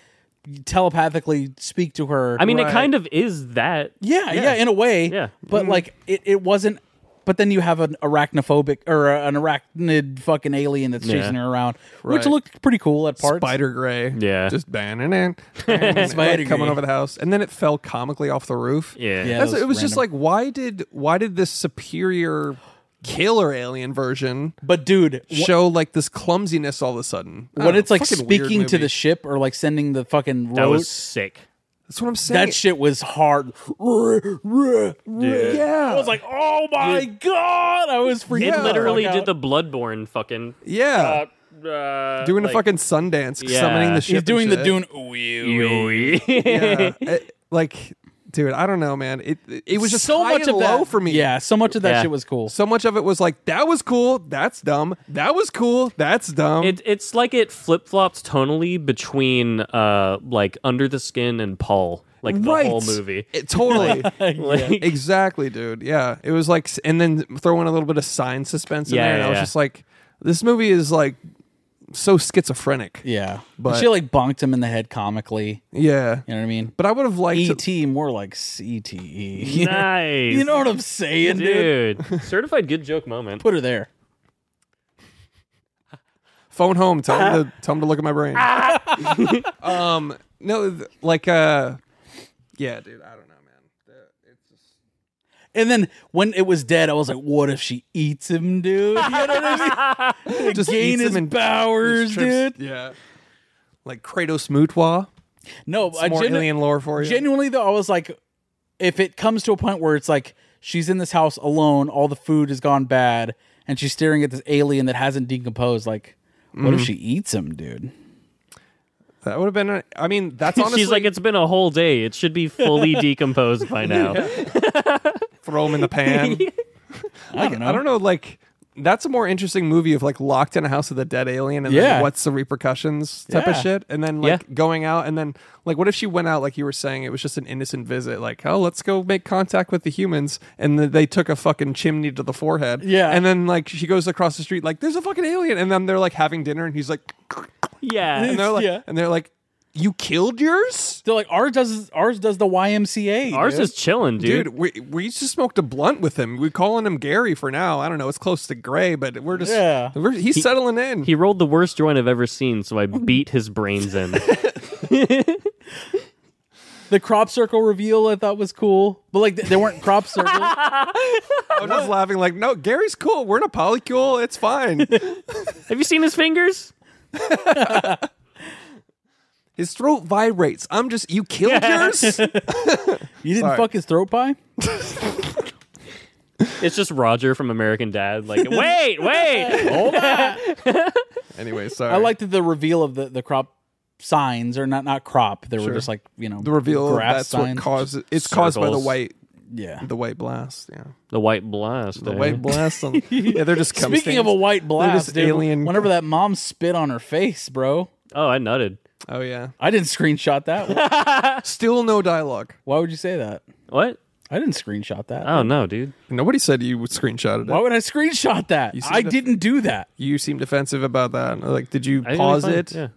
S1: telepathically speak to her.
S3: I mean,
S2: Right.
S3: it kind of is that.
S1: yeah, yeah, in a way.
S3: Yeah. Mm-hmm.
S1: But like it, it wasn't. But then you have an arachnophobic or uh, an arachnid fucking alien that's
S3: Yeah.
S1: chasing her around, which
S2: Right.
S1: looked pretty cool at parts.
S2: Spider Gray.
S3: Yeah.
S2: Just banning it. Spider
S1: Gray.
S2: coming over the house. And then it fell comically off the roof.
S3: Yeah.
S1: Yeah.
S2: That's,
S1: that was
S2: it was just like why did why did this superior killer alien version
S1: But dude, wh-
S2: show like this clumsiness all of a sudden? I
S1: when
S2: don't
S1: it's
S2: know,
S1: like
S2: fucking weird
S1: speaking to
S2: movie.
S1: the ship or like sending the fucking
S3: That
S1: rope,
S3: was sick.
S2: That's what I'm saying.
S1: that shit was hard. Yeah.
S2: yeah.
S1: I was like, oh my god! I was freaking.
S2: Yeah.
S3: It literally
S1: the fuck
S3: did
S1: out.
S3: the Bloodborne fucking.
S2: yeah.
S3: uh,
S2: doing
S3: like-
S2: a fucking Sundance,
S3: Yeah.
S2: summoning the
S3: He's
S2: ship.
S1: He's
S2: and
S1: doing the
S2: shit.
S1: Dune. Ooh, ew, ew.
S2: Yeah. It- like, dude, I don't know, man. It it, it was just
S1: so
S2: high
S1: much
S2: and
S1: of
S2: low
S1: that
S2: for me.
S1: Yeah, so much of that
S3: Yeah.
S1: shit was cool.
S2: So much of it was like that was cool, that's dumb. That was cool, that's dumb.
S3: It, it's like it flip flops tonally between uh like Under the Skin and Paul, like the
S2: right.
S3: whole movie.
S2: It- totally.
S3: Like,
S2: exactly, dude. Yeah. It was like, and then throw in a little bit of sign suspense in
S3: Yeah,
S2: there. And I
S3: yeah,
S2: was
S3: yeah.
S2: just like, this movie is like so schizophrenic.
S1: yeah, but
S2: But-
S1: she like bonked him in the head comically.
S2: Yeah.
S1: You know what I mean?
S2: But I would have liked to-
S1: ET more like CTE.
S3: nice,
S1: you know what I'm saying, dude?
S3: dude. certified good joke moment.
S1: Put her there.
S2: phone home. Tell him to tell him to look at my brain. um, no, th- like, uh, yeah, dude. I don't know, man.
S1: And then when it was dead, I was like, "What if she eats him, dude? You know what I mean?
S2: Just
S1: Gain
S2: eats
S1: his
S2: him and-
S1: powers,
S2: These
S1: dude.
S2: trips- Yeah. Like Kratos Mutwa.
S1: No, I
S2: More
S1: genu-
S2: alien lore for you.
S1: genuinely though i was like if it comes to a point where it's like she's in this house alone all the food has gone bad and she's staring at this alien that hasn't decomposed like what
S2: Mm-hmm.
S1: if she eats him dude
S2: that would have been. A, I mean, that's honestly.
S3: She's like, it's been a whole day. It should be fully decomposed by now.
S2: throw him in the pan.
S1: i don't know
S2: I don't know, like that's a more interesting movie of like locked in a house with a dead alien and then,
S1: Yeah.
S2: what's the repercussions type of
S1: Yeah.
S2: shit and then like
S3: Yeah.
S2: going out and then like what if she went out like you were saying it was just an innocent visit like oh let's go make contact with the humans and then they took a fucking chimney to the forehead
S1: Yeah.
S2: and then like she goes across the street like there's a fucking alien and then they're like having dinner and he's like
S3: Yeah.
S2: and they're like
S1: Yeah.
S2: and they're like you killed yours
S1: They're like ours does ours does the YMCA.
S3: Ours
S1: dude.
S3: is chilling, dude.
S2: Dude, we we just smoked a blunt with him. We're calling him Gary for now. I don't know. It's close to Gray, but we're just
S1: Yeah.
S2: we're, he's settling in.
S3: He rolled the worst joint I've ever seen, so I beat his brains in.
S1: the crop circle reveal. I thought was cool, but like they, they weren't crop circle.
S2: I'm just laughing like, no, Gary's cool. We're in a polycule. It's fine.
S3: Have you seen his fingers?
S2: His throat vibrates. I'm just you killed yours.
S1: You didn't
S2: Sorry.
S1: fuck his throat pie.
S3: It's just Roger from American Dad. Like, wait, wait. Hold on.
S2: anyway, sorry.
S1: I liked the reveal of the the crop signs, or not not crop. They were just like you know
S2: the reveal. of
S1: grass
S2: That's
S1: signs.
S2: what caused It's caused by the
S3: Circles.
S2: white
S1: Yeah.
S2: the white blast. Yeah,
S3: The white blast.
S2: the
S3: eh?
S2: white blast. On, yeah, they're just cum
S1: Speaking of
S2: stains.
S1: a white blast,
S2: just
S1: dude,
S2: alien-
S1: whenever that mom spit on her face, bro,
S3: Oh, I nutted.
S2: Oh yeah,
S1: I didn't screenshot that. Why-
S2: still no dialogue.
S1: Why would you say that?
S3: What?
S1: I didn't screenshot that.
S2: Uh,
S3: Oh no, dude.
S2: Nobody said you would screenshot
S1: Why
S2: it.
S1: would I screenshot that?
S2: see
S1: I
S2: the-
S1: didn't do that.
S2: You seem defensive about that. Like, did you
S3: I think
S2: pause
S3: it'll be
S2: it?
S3: fine. Yeah.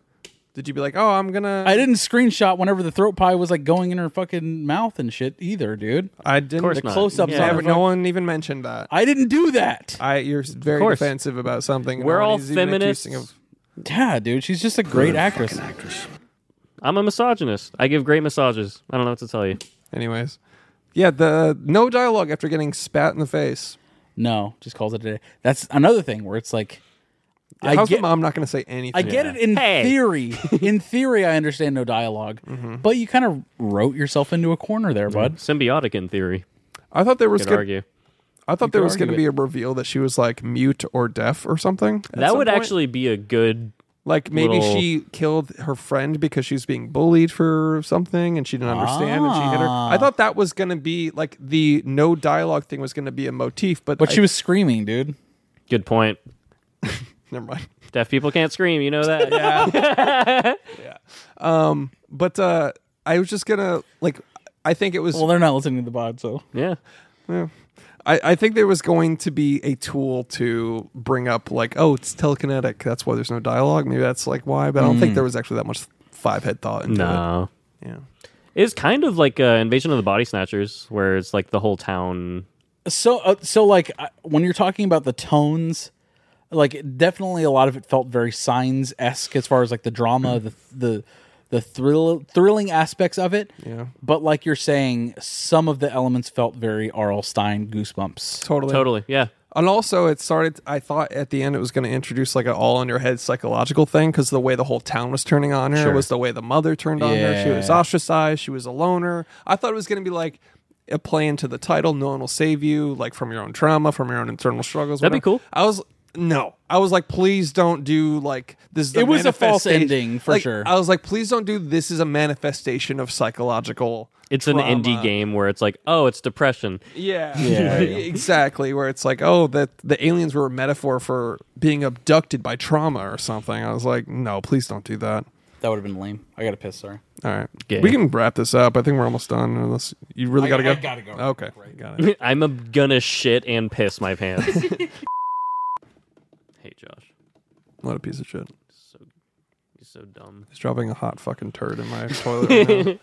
S2: Did you be like, oh, I'm gonna?
S1: I didn't screenshot whenever the throat pie was like going in her fucking mouth and shit either, dude.
S2: I didn't.
S3: Of course not.
S1: close-ups
S3: Yeah.
S1: on
S2: Never-
S1: it.
S2: no one even mentioned that.
S1: I didn't do that.
S2: I you're very
S3: course.
S2: defensive about something. and
S3: We're all
S2: nobody's even
S3: feminists.
S2: accusing of-
S1: Yeah, dude, she's just a great actress.
S3: I'm a misogynist. I give great massages. I don't know what to tell you.
S2: Anyways, yeah, the no dialogue after getting spat in the face.
S1: No, just calls it a day. That's another thing where it's like, I
S2: How's
S1: get,
S2: the mom not going to say anything?
S1: I get it in
S3: Hey.
S1: theory. In theory, I understand no dialog
S2: Mm-hmm.
S1: but you kind of wrote yourself into a corner there, bud.
S3: Symbiotic in theory.
S2: I thought there was
S3: Could
S2: gonna,
S3: argue.
S2: I thought there was
S1: argue
S2: going to be a reveal that she was like mute or deaf or something. at
S3: That
S2: some
S3: would
S2: point.
S3: actually be a good.
S2: like maybe
S3: little-
S2: she killed her friend because she was being bullied for something and she didn't understand and she hit her. I thought that was going to be like the no dialogue thing was going to be a motif, but
S1: But
S2: I-
S1: she was screaming, dude.
S3: Good point.
S2: never mind.
S3: Deaf people can't scream. You know that. yeah.
S2: But uh, I was just gonna like. I think it was.
S1: Well, they're not listening to the pod, so
S3: Yeah.
S2: I, I think there was going to be a tool to bring up like, oh, it's telekinetic. That's why there's no dialogue. Maybe that's like why. But I don't think there was actually that much five head thought into
S3: No.
S2: it. Yeah.
S3: It's kind of like uh, Invasion of the Body Snatchers, where it's like the whole town.
S1: so uh, so like I- when you're talking about the tones like it- definitely a lot of it felt very signs esque as far as like the drama the the the thrill thrilling aspects of it
S2: Yeah.
S1: but like you're saying some of the elements felt very Arl Stein goosebumps
S2: Totally.
S3: Totally. Yeah.
S2: And also, it started. I thought at the end it was going to introduce like an all in your head psychological thing because the way the whole town was turning on her was the way the mother turned on her. She was
S1: Yeah.
S2: ostracized. She was a loner. I thought it was going to be like a play into the title. No one will save you, like from your own trauma, from your own internal struggles.
S3: That'd be
S2: whatever.
S3: cool.
S2: I was no. I was like, please don't do like this. Is the
S1: It was a false
S2: manifestation-
S1: ending, for
S2: like,
S1: sure.
S2: I was like, please don't do this. Is a manifestation of psychological.
S3: It's
S2: trauma.
S3: an indie game where it's like, oh, it's depression.
S2: Yeah.
S1: Yeah.
S2: exactly. Where it's like, oh, that the aliens were a metaphor for being abducted by trauma or something. I was like, no, please don't do that.
S1: that would have been lame I got to piss sorry
S2: All right.
S3: Gay.
S2: We can wrap this up. I think we're almost done. Unless you really got to go.
S1: I gotta go.
S2: Okay. Got it.
S3: I'm a gonna shit and piss my pants. hey, Josh.
S2: What a piece of shit.
S3: So he's so dumb.
S2: He's dropping a hot fucking turd in my toilet right now.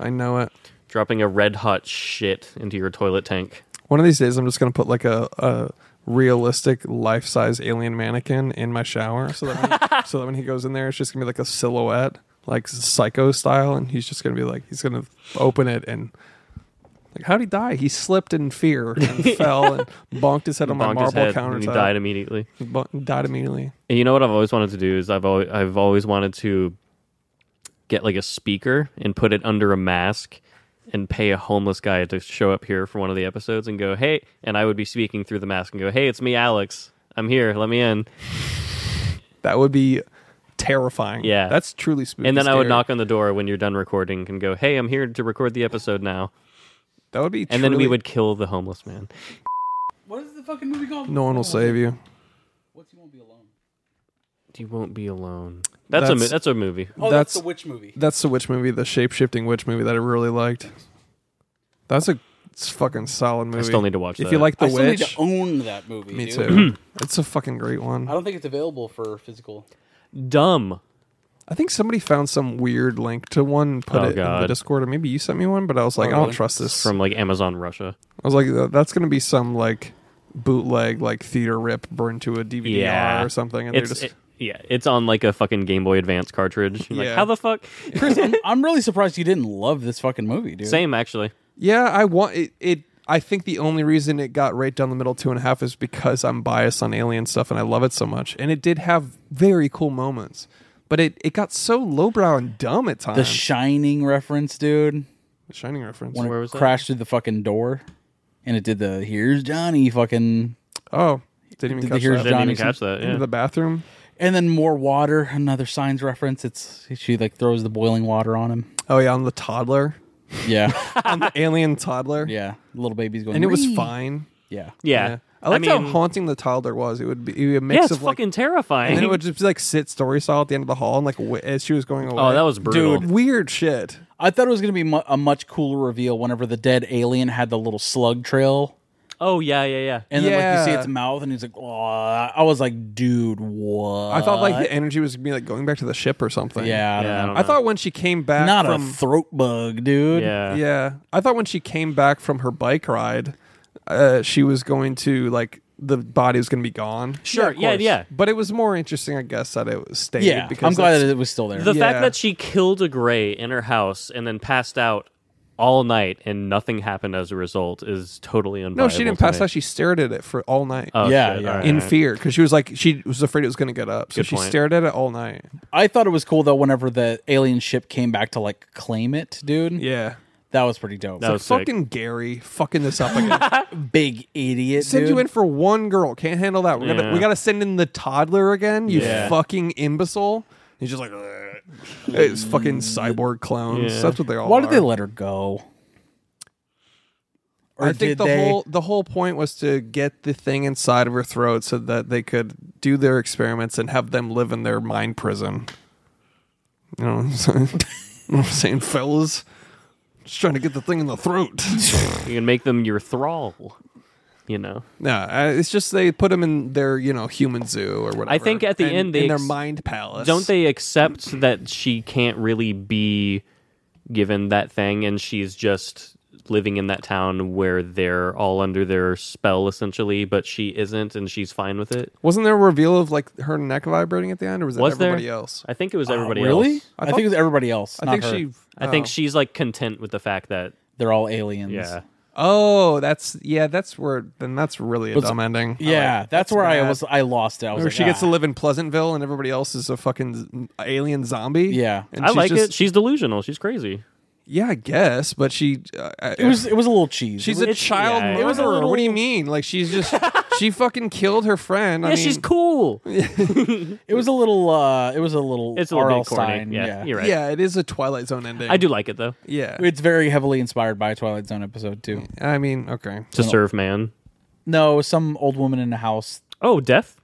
S2: I know it.
S3: Dropping a red hot shit into your toilet tank.
S2: One of these days, I'm just going to put like a, a realistic life size alien mannequin in my shower so that, when, so that when he goes in there, it's just going to be like a silhouette, like psycho style. And he's just going to be like, he's going to open it and like, how'd he die? He slipped in fear and fell and bonked his head on my
S3: Bonked
S2: marble
S3: his head and he
S2: countertop.
S3: died immediately.
S2: He bon- died immediately.
S3: And you know what I've always wanted to do is I've always, I've always wanted to get like a speaker and put it under a mask and pay a homeless guy to show up here for one of the episodes and go, "Hey," and I would be speaking through the mask and go, "Hey, it's me, Alex. I'm here. Let me in."
S2: That would be terrifying.
S3: Yeah.
S2: That's truly spooky.
S3: And then I
S2: scary.
S3: would knock on the door when you're done recording and go, "Hey, I'm here to record the episode now."
S2: That would be
S3: And then we
S2: truly-
S3: would kill the homeless man.
S1: what is the fucking movie called Oh,
S2: No one will save you.
S1: What's He Won't Be Alone?
S3: You won't be alone. That's, a
S2: That's-
S3: mo- that's a movie.
S1: Oh, that's,
S2: That's-
S1: the witch movie.
S2: That's the witch movie, the shape shifting witch movie that I really liked. That's a it's a fucking solid movie.
S3: I still need to watch
S2: If
S3: that.
S2: you like the
S1: I still need
S2: witch,
S1: to own that movie.
S2: me
S1: dude.
S2: too. it's a fucking great
S1: I
S2: one.
S1: don't think it's available for physical.
S3: dumb,
S2: I think somebody found some weird link to one, and put
S3: Oh,
S2: it in the
S3: God.
S2: Discord, or maybe you sent me one. But I was
S1: Oh,
S2: like, I don't trust this.
S3: it's from like Amazon Russia.
S2: I was like, "Th- that's gonna be some like bootleg like theater rip burned to a DVD
S3: Yeah,
S2: E or something, and
S3: It's
S2: they're just
S3: it- yeah, it's on like a fucking Game Boy Advance cartridge. You're
S2: Yeah.
S3: Like how the fuck?
S1: I'm really surprised you didn't love this fucking movie, dude.
S3: Same actually.
S2: yeah. I want it, it. I think the only reason it got right down the middle two and a half is because I'm biased on alien stuff and I love it so much, and it did have very cool moments, but it it got so lowbrow and dumb at times.
S1: The Shining reference, dude.
S2: Shining reference.
S1: When
S3: Where
S1: it
S3: was that?
S1: crashed through the fucking door, and it did the "Here's Johnny" fucking,
S2: Oh, didn't even
S1: Did the
S2: catch
S1: heroes
S2: that.
S1: die
S3: Didn't even
S1: Johnny's-
S3: catch that.
S2: Into
S3: Yeah.
S2: the bathroom.
S1: and then more water. Another signs reference. It's she like throws the boiling water on him.
S2: Oh yeah, on the toddler,
S1: Yeah,
S2: on the alien toddler.
S1: yeah. Little baby's going,
S2: and it was
S1: "Wee."
S2: fine.
S1: Yeah,
S3: yeah.
S2: I liked
S3: mean,
S2: how haunting the toddler was. It would be, it would be a mix
S3: yeah, it's
S2: of like
S3: fucking terrifying.
S2: And then it would just be like sit story style at the end of the hall, and like w- as she was going away.
S3: oh, that was brutal.
S2: weird shit.
S1: I thought it was going to be mu- a much cooler reveal whenever the dead alien had the little slug trail,
S3: Oh yeah, yeah, yeah.
S1: and then like you see
S2: Yeah.
S1: its mouth, and he's like, "Oh," I was like, "Dude, what?"
S2: I thought like the energy was gonna be like going back to the ship or something.
S1: yeah, I don't
S3: Yeah,
S1: know.
S3: I don't
S2: I thought when she came back
S1: not
S2: from
S1: a throat bug, dude.
S3: yeah.
S2: yeah, I thought when she came back from her bike ride, uh, she was going to like the body was gonna be gone.
S3: Sure,
S2: of
S3: yeah,
S2: course.
S3: yeah.
S2: But it was more interesting, I guess, that it was stated.
S1: Yeah,
S2: because
S1: I'm glad
S2: that's-
S1: that it was still there.
S3: The
S2: Yeah.
S3: fact that she killed a gray in her house and then passed out all night and nothing happened as a result is totally unviable.
S2: no, she didn't
S3: to
S2: pass
S3: me.
S2: out. She stared at it for all night.
S3: Oh,
S1: Yeah,
S3: shit.
S1: yeah.
S3: All right,
S2: in
S3: all right.
S2: fear because she was like she was afraid it was going to get up so
S3: Good
S2: she
S3: point.
S2: stared at it all night
S1: I thought it was cool though. Whenever the alien ship came back to like claim it, dude,
S2: yeah
S1: that was pretty dope.
S3: That was sick.
S2: fucking gary fucking this up again
S1: Big idiot,
S2: send
S1: dude.
S2: you in for one girl. Can't handle that. We're gonna,
S3: Yeah.
S2: we got to send in the toddler again. You
S1: Yeah.
S2: fucking imbecile. He's just like, "Ugh." it's fucking cyborg clones.
S3: Yeah.
S2: That's what they all.
S1: Mm. Why did they
S2: are.
S1: let her go? Or
S2: I think
S1: did
S2: the
S1: they?
S2: whole the whole point was to get the thing inside of her throat so that they could do their experiments and have them live in their mind prison. You know what I'm saying? You know what I'm saying, fellas? Just trying to get the thing in the throat.
S3: You can make them your thrall. You know.
S2: no, I- it's just they put them in their you know human zoo or whatever.
S3: think at the
S2: and-
S3: end they
S2: in their
S3: ex-
S2: mind palace.
S3: Don't they accept that she can't really be given that thing and she's just living in that town where they're all under their spell essentially, but she isn't and she's fine with it?
S2: Wasn't there a reveal of like her neck vibrating at the end, or was that
S3: Was
S2: everybody
S3: there?
S2: else?
S3: I think it was
S1: Uh,
S3: everybody
S1: really?
S3: else.
S1: I,
S2: I
S1: think
S2: thought-
S1: it was everybody else.
S2: I
S1: not
S2: think
S1: her.
S2: she.
S3: I think she's like content with the fact that
S1: They're all aliens.
S3: yeah.
S2: Oh, that's yeah. That's where. Then that's really a dumb ending.
S1: Yeah, that's, where I
S2: bad.
S1: was. I lost it. I was
S2: Where
S1: like,
S2: she gets
S1: "Ah."
S2: to live in Pleasantville, and everybody else is a fucking z- alien zombie.
S1: Yeah.
S2: and
S3: I
S2: she's
S3: like
S2: just-
S3: it. She's delusional. She's crazy.
S2: Yeah, I guess, but she. Uh,
S1: It was. It was a little cheese.
S2: She's
S1: It
S2: a
S1: was-
S2: child
S3: yeah,
S2: murderer.
S3: it was a
S2: What do you
S1: little-
S2: mean? Like she's just she fucking killed her friend. I
S3: yeah,
S2: mean,
S3: she's cool.
S1: it was a little. uh It was a little.
S3: It's a little
S1: R.L.
S3: bit corny.
S1: Stine,
S3: yeah, you're right.
S2: Yeah, it is a Twilight Zone ending.
S3: I do like it though.
S2: Yeah,
S1: It's very heavily inspired by a Twilight Zone episode too.
S2: I mean, okay.
S3: To serve man.
S1: No, some old woman in a house.
S3: Oh, death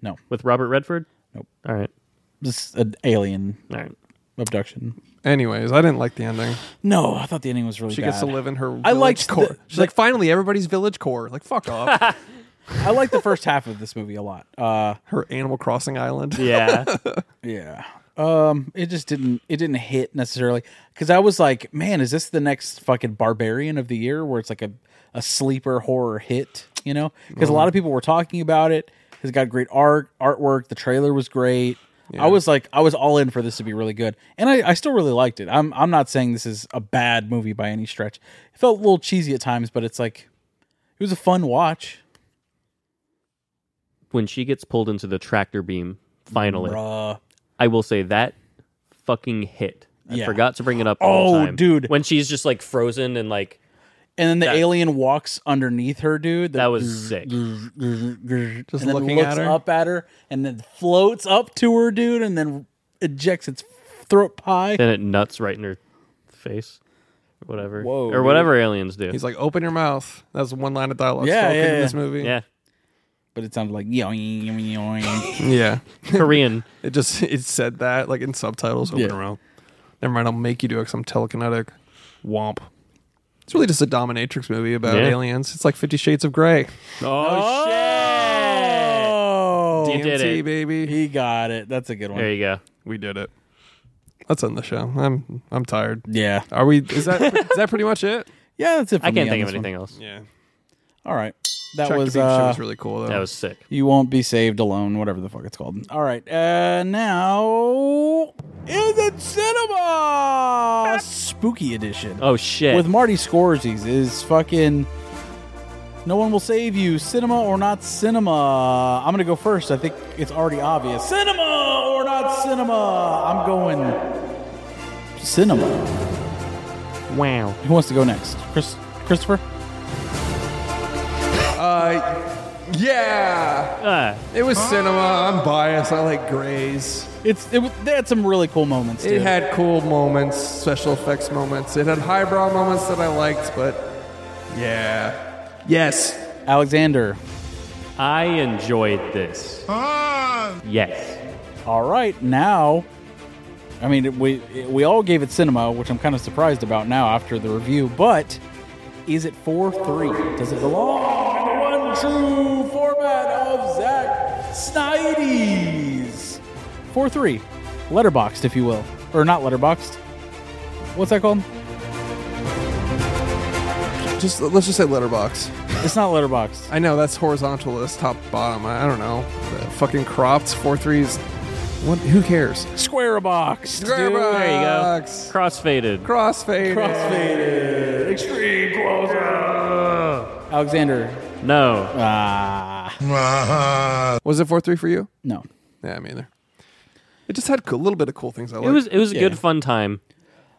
S1: No,
S3: with Robert Redford.
S1: Nope.
S3: All right.
S1: this an alien
S3: All right.
S1: abduction.
S2: Anyways, I didn't like the ending.
S1: No, I thought the ending was really
S2: She
S1: bad.
S2: gets to live in her.
S1: I
S2: village
S1: liked
S2: core.
S1: the-
S2: She's like, finally, everybody's village core. Like, fuck off.
S1: I like the first half of this movie a lot. Uh,
S2: her Animal Crossing island.
S3: Yeah.
S1: yeah. Um, it just didn't. It didn't hit necessarily because I was like, man, is this the next fucking Barbarian of the year? Where it's like a a sleeper horror hit, you know? Because a lot of people were talking about it. It's got great art, artwork. The trailer was great. I was like, I was all in for this to be really good, and I, I still really liked it. I'm I'm not saying this is a bad movie by any stretch. It felt a little cheesy at times, but it's like it was a fun watch.
S3: when she gets pulled into the tractor beam, finally,
S1: Bruh.
S3: I will say that fucking hit. I
S1: Yeah.
S3: forgot to bring it up. all the
S1: Oh,
S3: time.
S1: dude.
S3: When she's just like frozen and like
S1: And then the
S3: That-
S1: alien walks underneath her, dude.
S3: that was sick.
S1: just and then
S2: looking
S1: looks
S2: at her?
S1: up at her, and then floats up to her, dude, and then ejects its throat pie.
S3: Then it nuts right in her face, whatever,
S1: Whoa,
S3: or
S1: dude.
S3: whatever aliens do.
S2: He's like, open your mouth. That's one line of dialogue.
S1: Yeah,
S2: spoken
S1: yeah,
S2: in this
S1: yeah.
S2: movie.
S3: yeah.
S1: but it sounded like yoing, yoing, yoing.
S2: Yeah.
S3: Korean.
S2: It just it said that like in subtitles over
S1: Yeah.
S2: and around. Never mind, I'll make you do it 'cause I'm telekinetic. Womp. It's really just a dominatrix movie about
S3: Yeah.
S2: aliens. It's like Fifty Shades of Grey.
S3: Oh, shit!
S1: Oh,
S3: You did
S2: DMT,
S3: it.
S2: baby.
S1: he got it. That's a good one.
S3: There you go.
S2: We did it. Let's end the show. I'm I'm tired.
S1: Yeah,
S2: Are we? Is that is that pretty much it?
S1: yeah, that's it. For
S3: I can't
S1: me on
S3: think of
S1: this one.
S3: anything else.
S2: Yeah.
S1: All right, that
S2: Tractor
S1: was
S2: Beach show
S1: uh,
S2: was really cool though.
S3: That was sick.
S1: you won't be saved alone, whatever the fuck it's called. All right, uh, now is it cinema spooky edition?
S3: Oh shit!
S1: with Marty Scorsese is fucking. No one will save you, cinema or not cinema. I'm gonna go first. I think it's already obvious. Cinema or not cinema. I'm going cinema.
S3: wow.
S1: Who wants to go next? Chris, Christopher.
S2: yeah.
S3: Uh,
S2: It was cinema. I'm biased. I like Greys.
S1: It's it. was- They had some really cool moments.
S2: It
S1: dude.
S2: had cool moments, special effects moments. It had highbrow moments that I liked, but yeah. Yes.
S1: Alexander.
S3: I enjoyed this.
S1: Ah.
S3: Yes.
S1: All right, now. I mean, we we all gave it cinema, which I'm kind of surprised about now after the review. But is it four three? Does it belong in the one true format of Zack Snyder's four three, letterboxed, if you will, or not letterboxed? What's that called?
S2: Just let's just say letterbox.
S1: It's not letterboxed.
S2: I know that's horizontal. That's top bottom. I, I don't know. The fucking cropped four threes. What? Who cares?
S1: Square box.
S2: There
S3: There you go. Crossfaded.
S2: Crossfade.
S1: Crossfaded. Extreme closer. Alexander.
S3: no.
S1: Ah.
S2: was it four three for you?
S1: no.
S2: Yeah, me either. It just had a little bit of cool things. I
S3: It
S2: liked.
S3: was it was a
S1: Yeah.
S3: good fun time.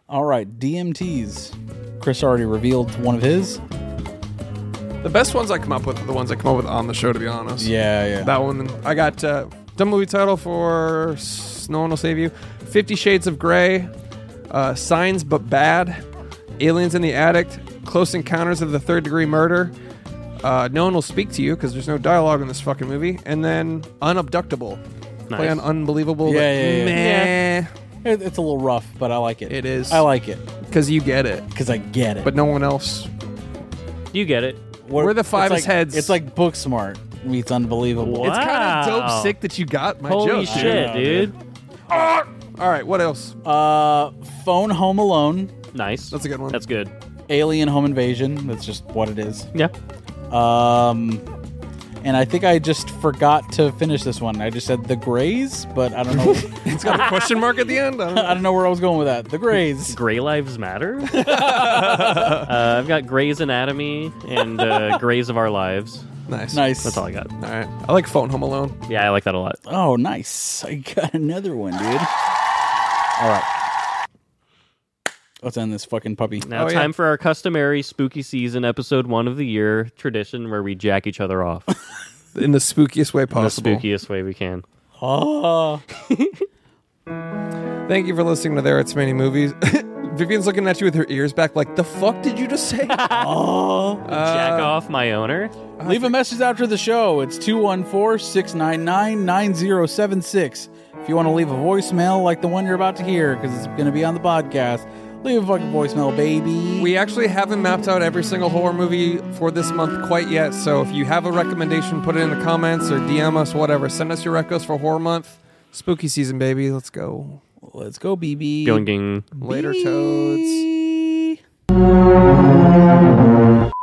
S1: All right, DMTs. Chris already revealed one of his.
S2: the best ones I come up with. are The ones I come up with on the show, to be honest.
S1: Yeah, yeah.
S2: That one, I got uh, dumb movie title for S- No One Will Save You, Fifty Shades of Grey, uh, Signs But Bad, Aliens in the Attic, Close Encounters of the Third Degree Murder. Uh, no one will speak to you because there's no dialogue in this fucking movie, and then Unabductible. Play on
S3: Nice.
S2: unbelievable.
S1: Yeah, yeah,
S2: yeah.
S1: It- it's a little rough, but I like it.
S2: It is.
S1: I like it
S2: Because you get it,
S1: because I get it.
S2: but no one else.
S3: You get it.
S1: We're-
S2: we're the
S1: it's
S2: five's
S1: like-
S2: heads.
S1: It's like book smart meets unbelievable.
S3: What?
S2: It's kind of
S3: Wow.
S2: dope sick that you got my
S3: Holy
S2: joke. dude.
S3: shit, dude.
S2: All right, what else?
S1: Uh, phone Home Alone,
S3: Nice.
S2: That's a good one.
S3: That's good.
S1: Alien Home Invasion. That's just what it is.
S3: Yeah.
S1: Um, and I think I just forgot to finish this one. I just said the Greys, but I don't know.
S2: it's got a question mark at the end. I don't know.
S1: I don't know where I was going with that. The Greys.
S3: Gray Lives Matter. uh, I've got Gray's Anatomy and uh, Gray's of Our Lives.
S2: Nice.
S1: Nice.
S3: That's all I got.
S2: All right. I like Phone Home Alone.
S3: Yeah, I like that a lot.
S1: Oh, nice. I got another one, dude. All right. Let's end this fucking puppy.
S3: Now,
S2: Oh, yeah.
S3: time for our customary spooky season episode one of the year tradition where we jack each other off
S2: In the spookiest way
S3: the
S2: possible.
S3: spookiest way we can.
S1: Oh.
S2: Thank you for listening to There It's Many Movies. Vivian's looking at you with her ears back, like, the fuck did you just say?
S3: jack off my owner.
S1: Leave a message after the show. It's 214 699 9076. If you want to leave a voicemail like the one you're about to hear, because it's going to be on the podcast, leave a fucking voicemail, baby.
S2: we actually haven't mapped out every single horror movie for this month quite yet. So if you have a recommendation, put it in the comments or DM us, whatever. Send us your recos for horror month. Spooky season, baby. Let's go.
S1: Let's go, BB.
S3: Going, ging.
S2: Later, toads.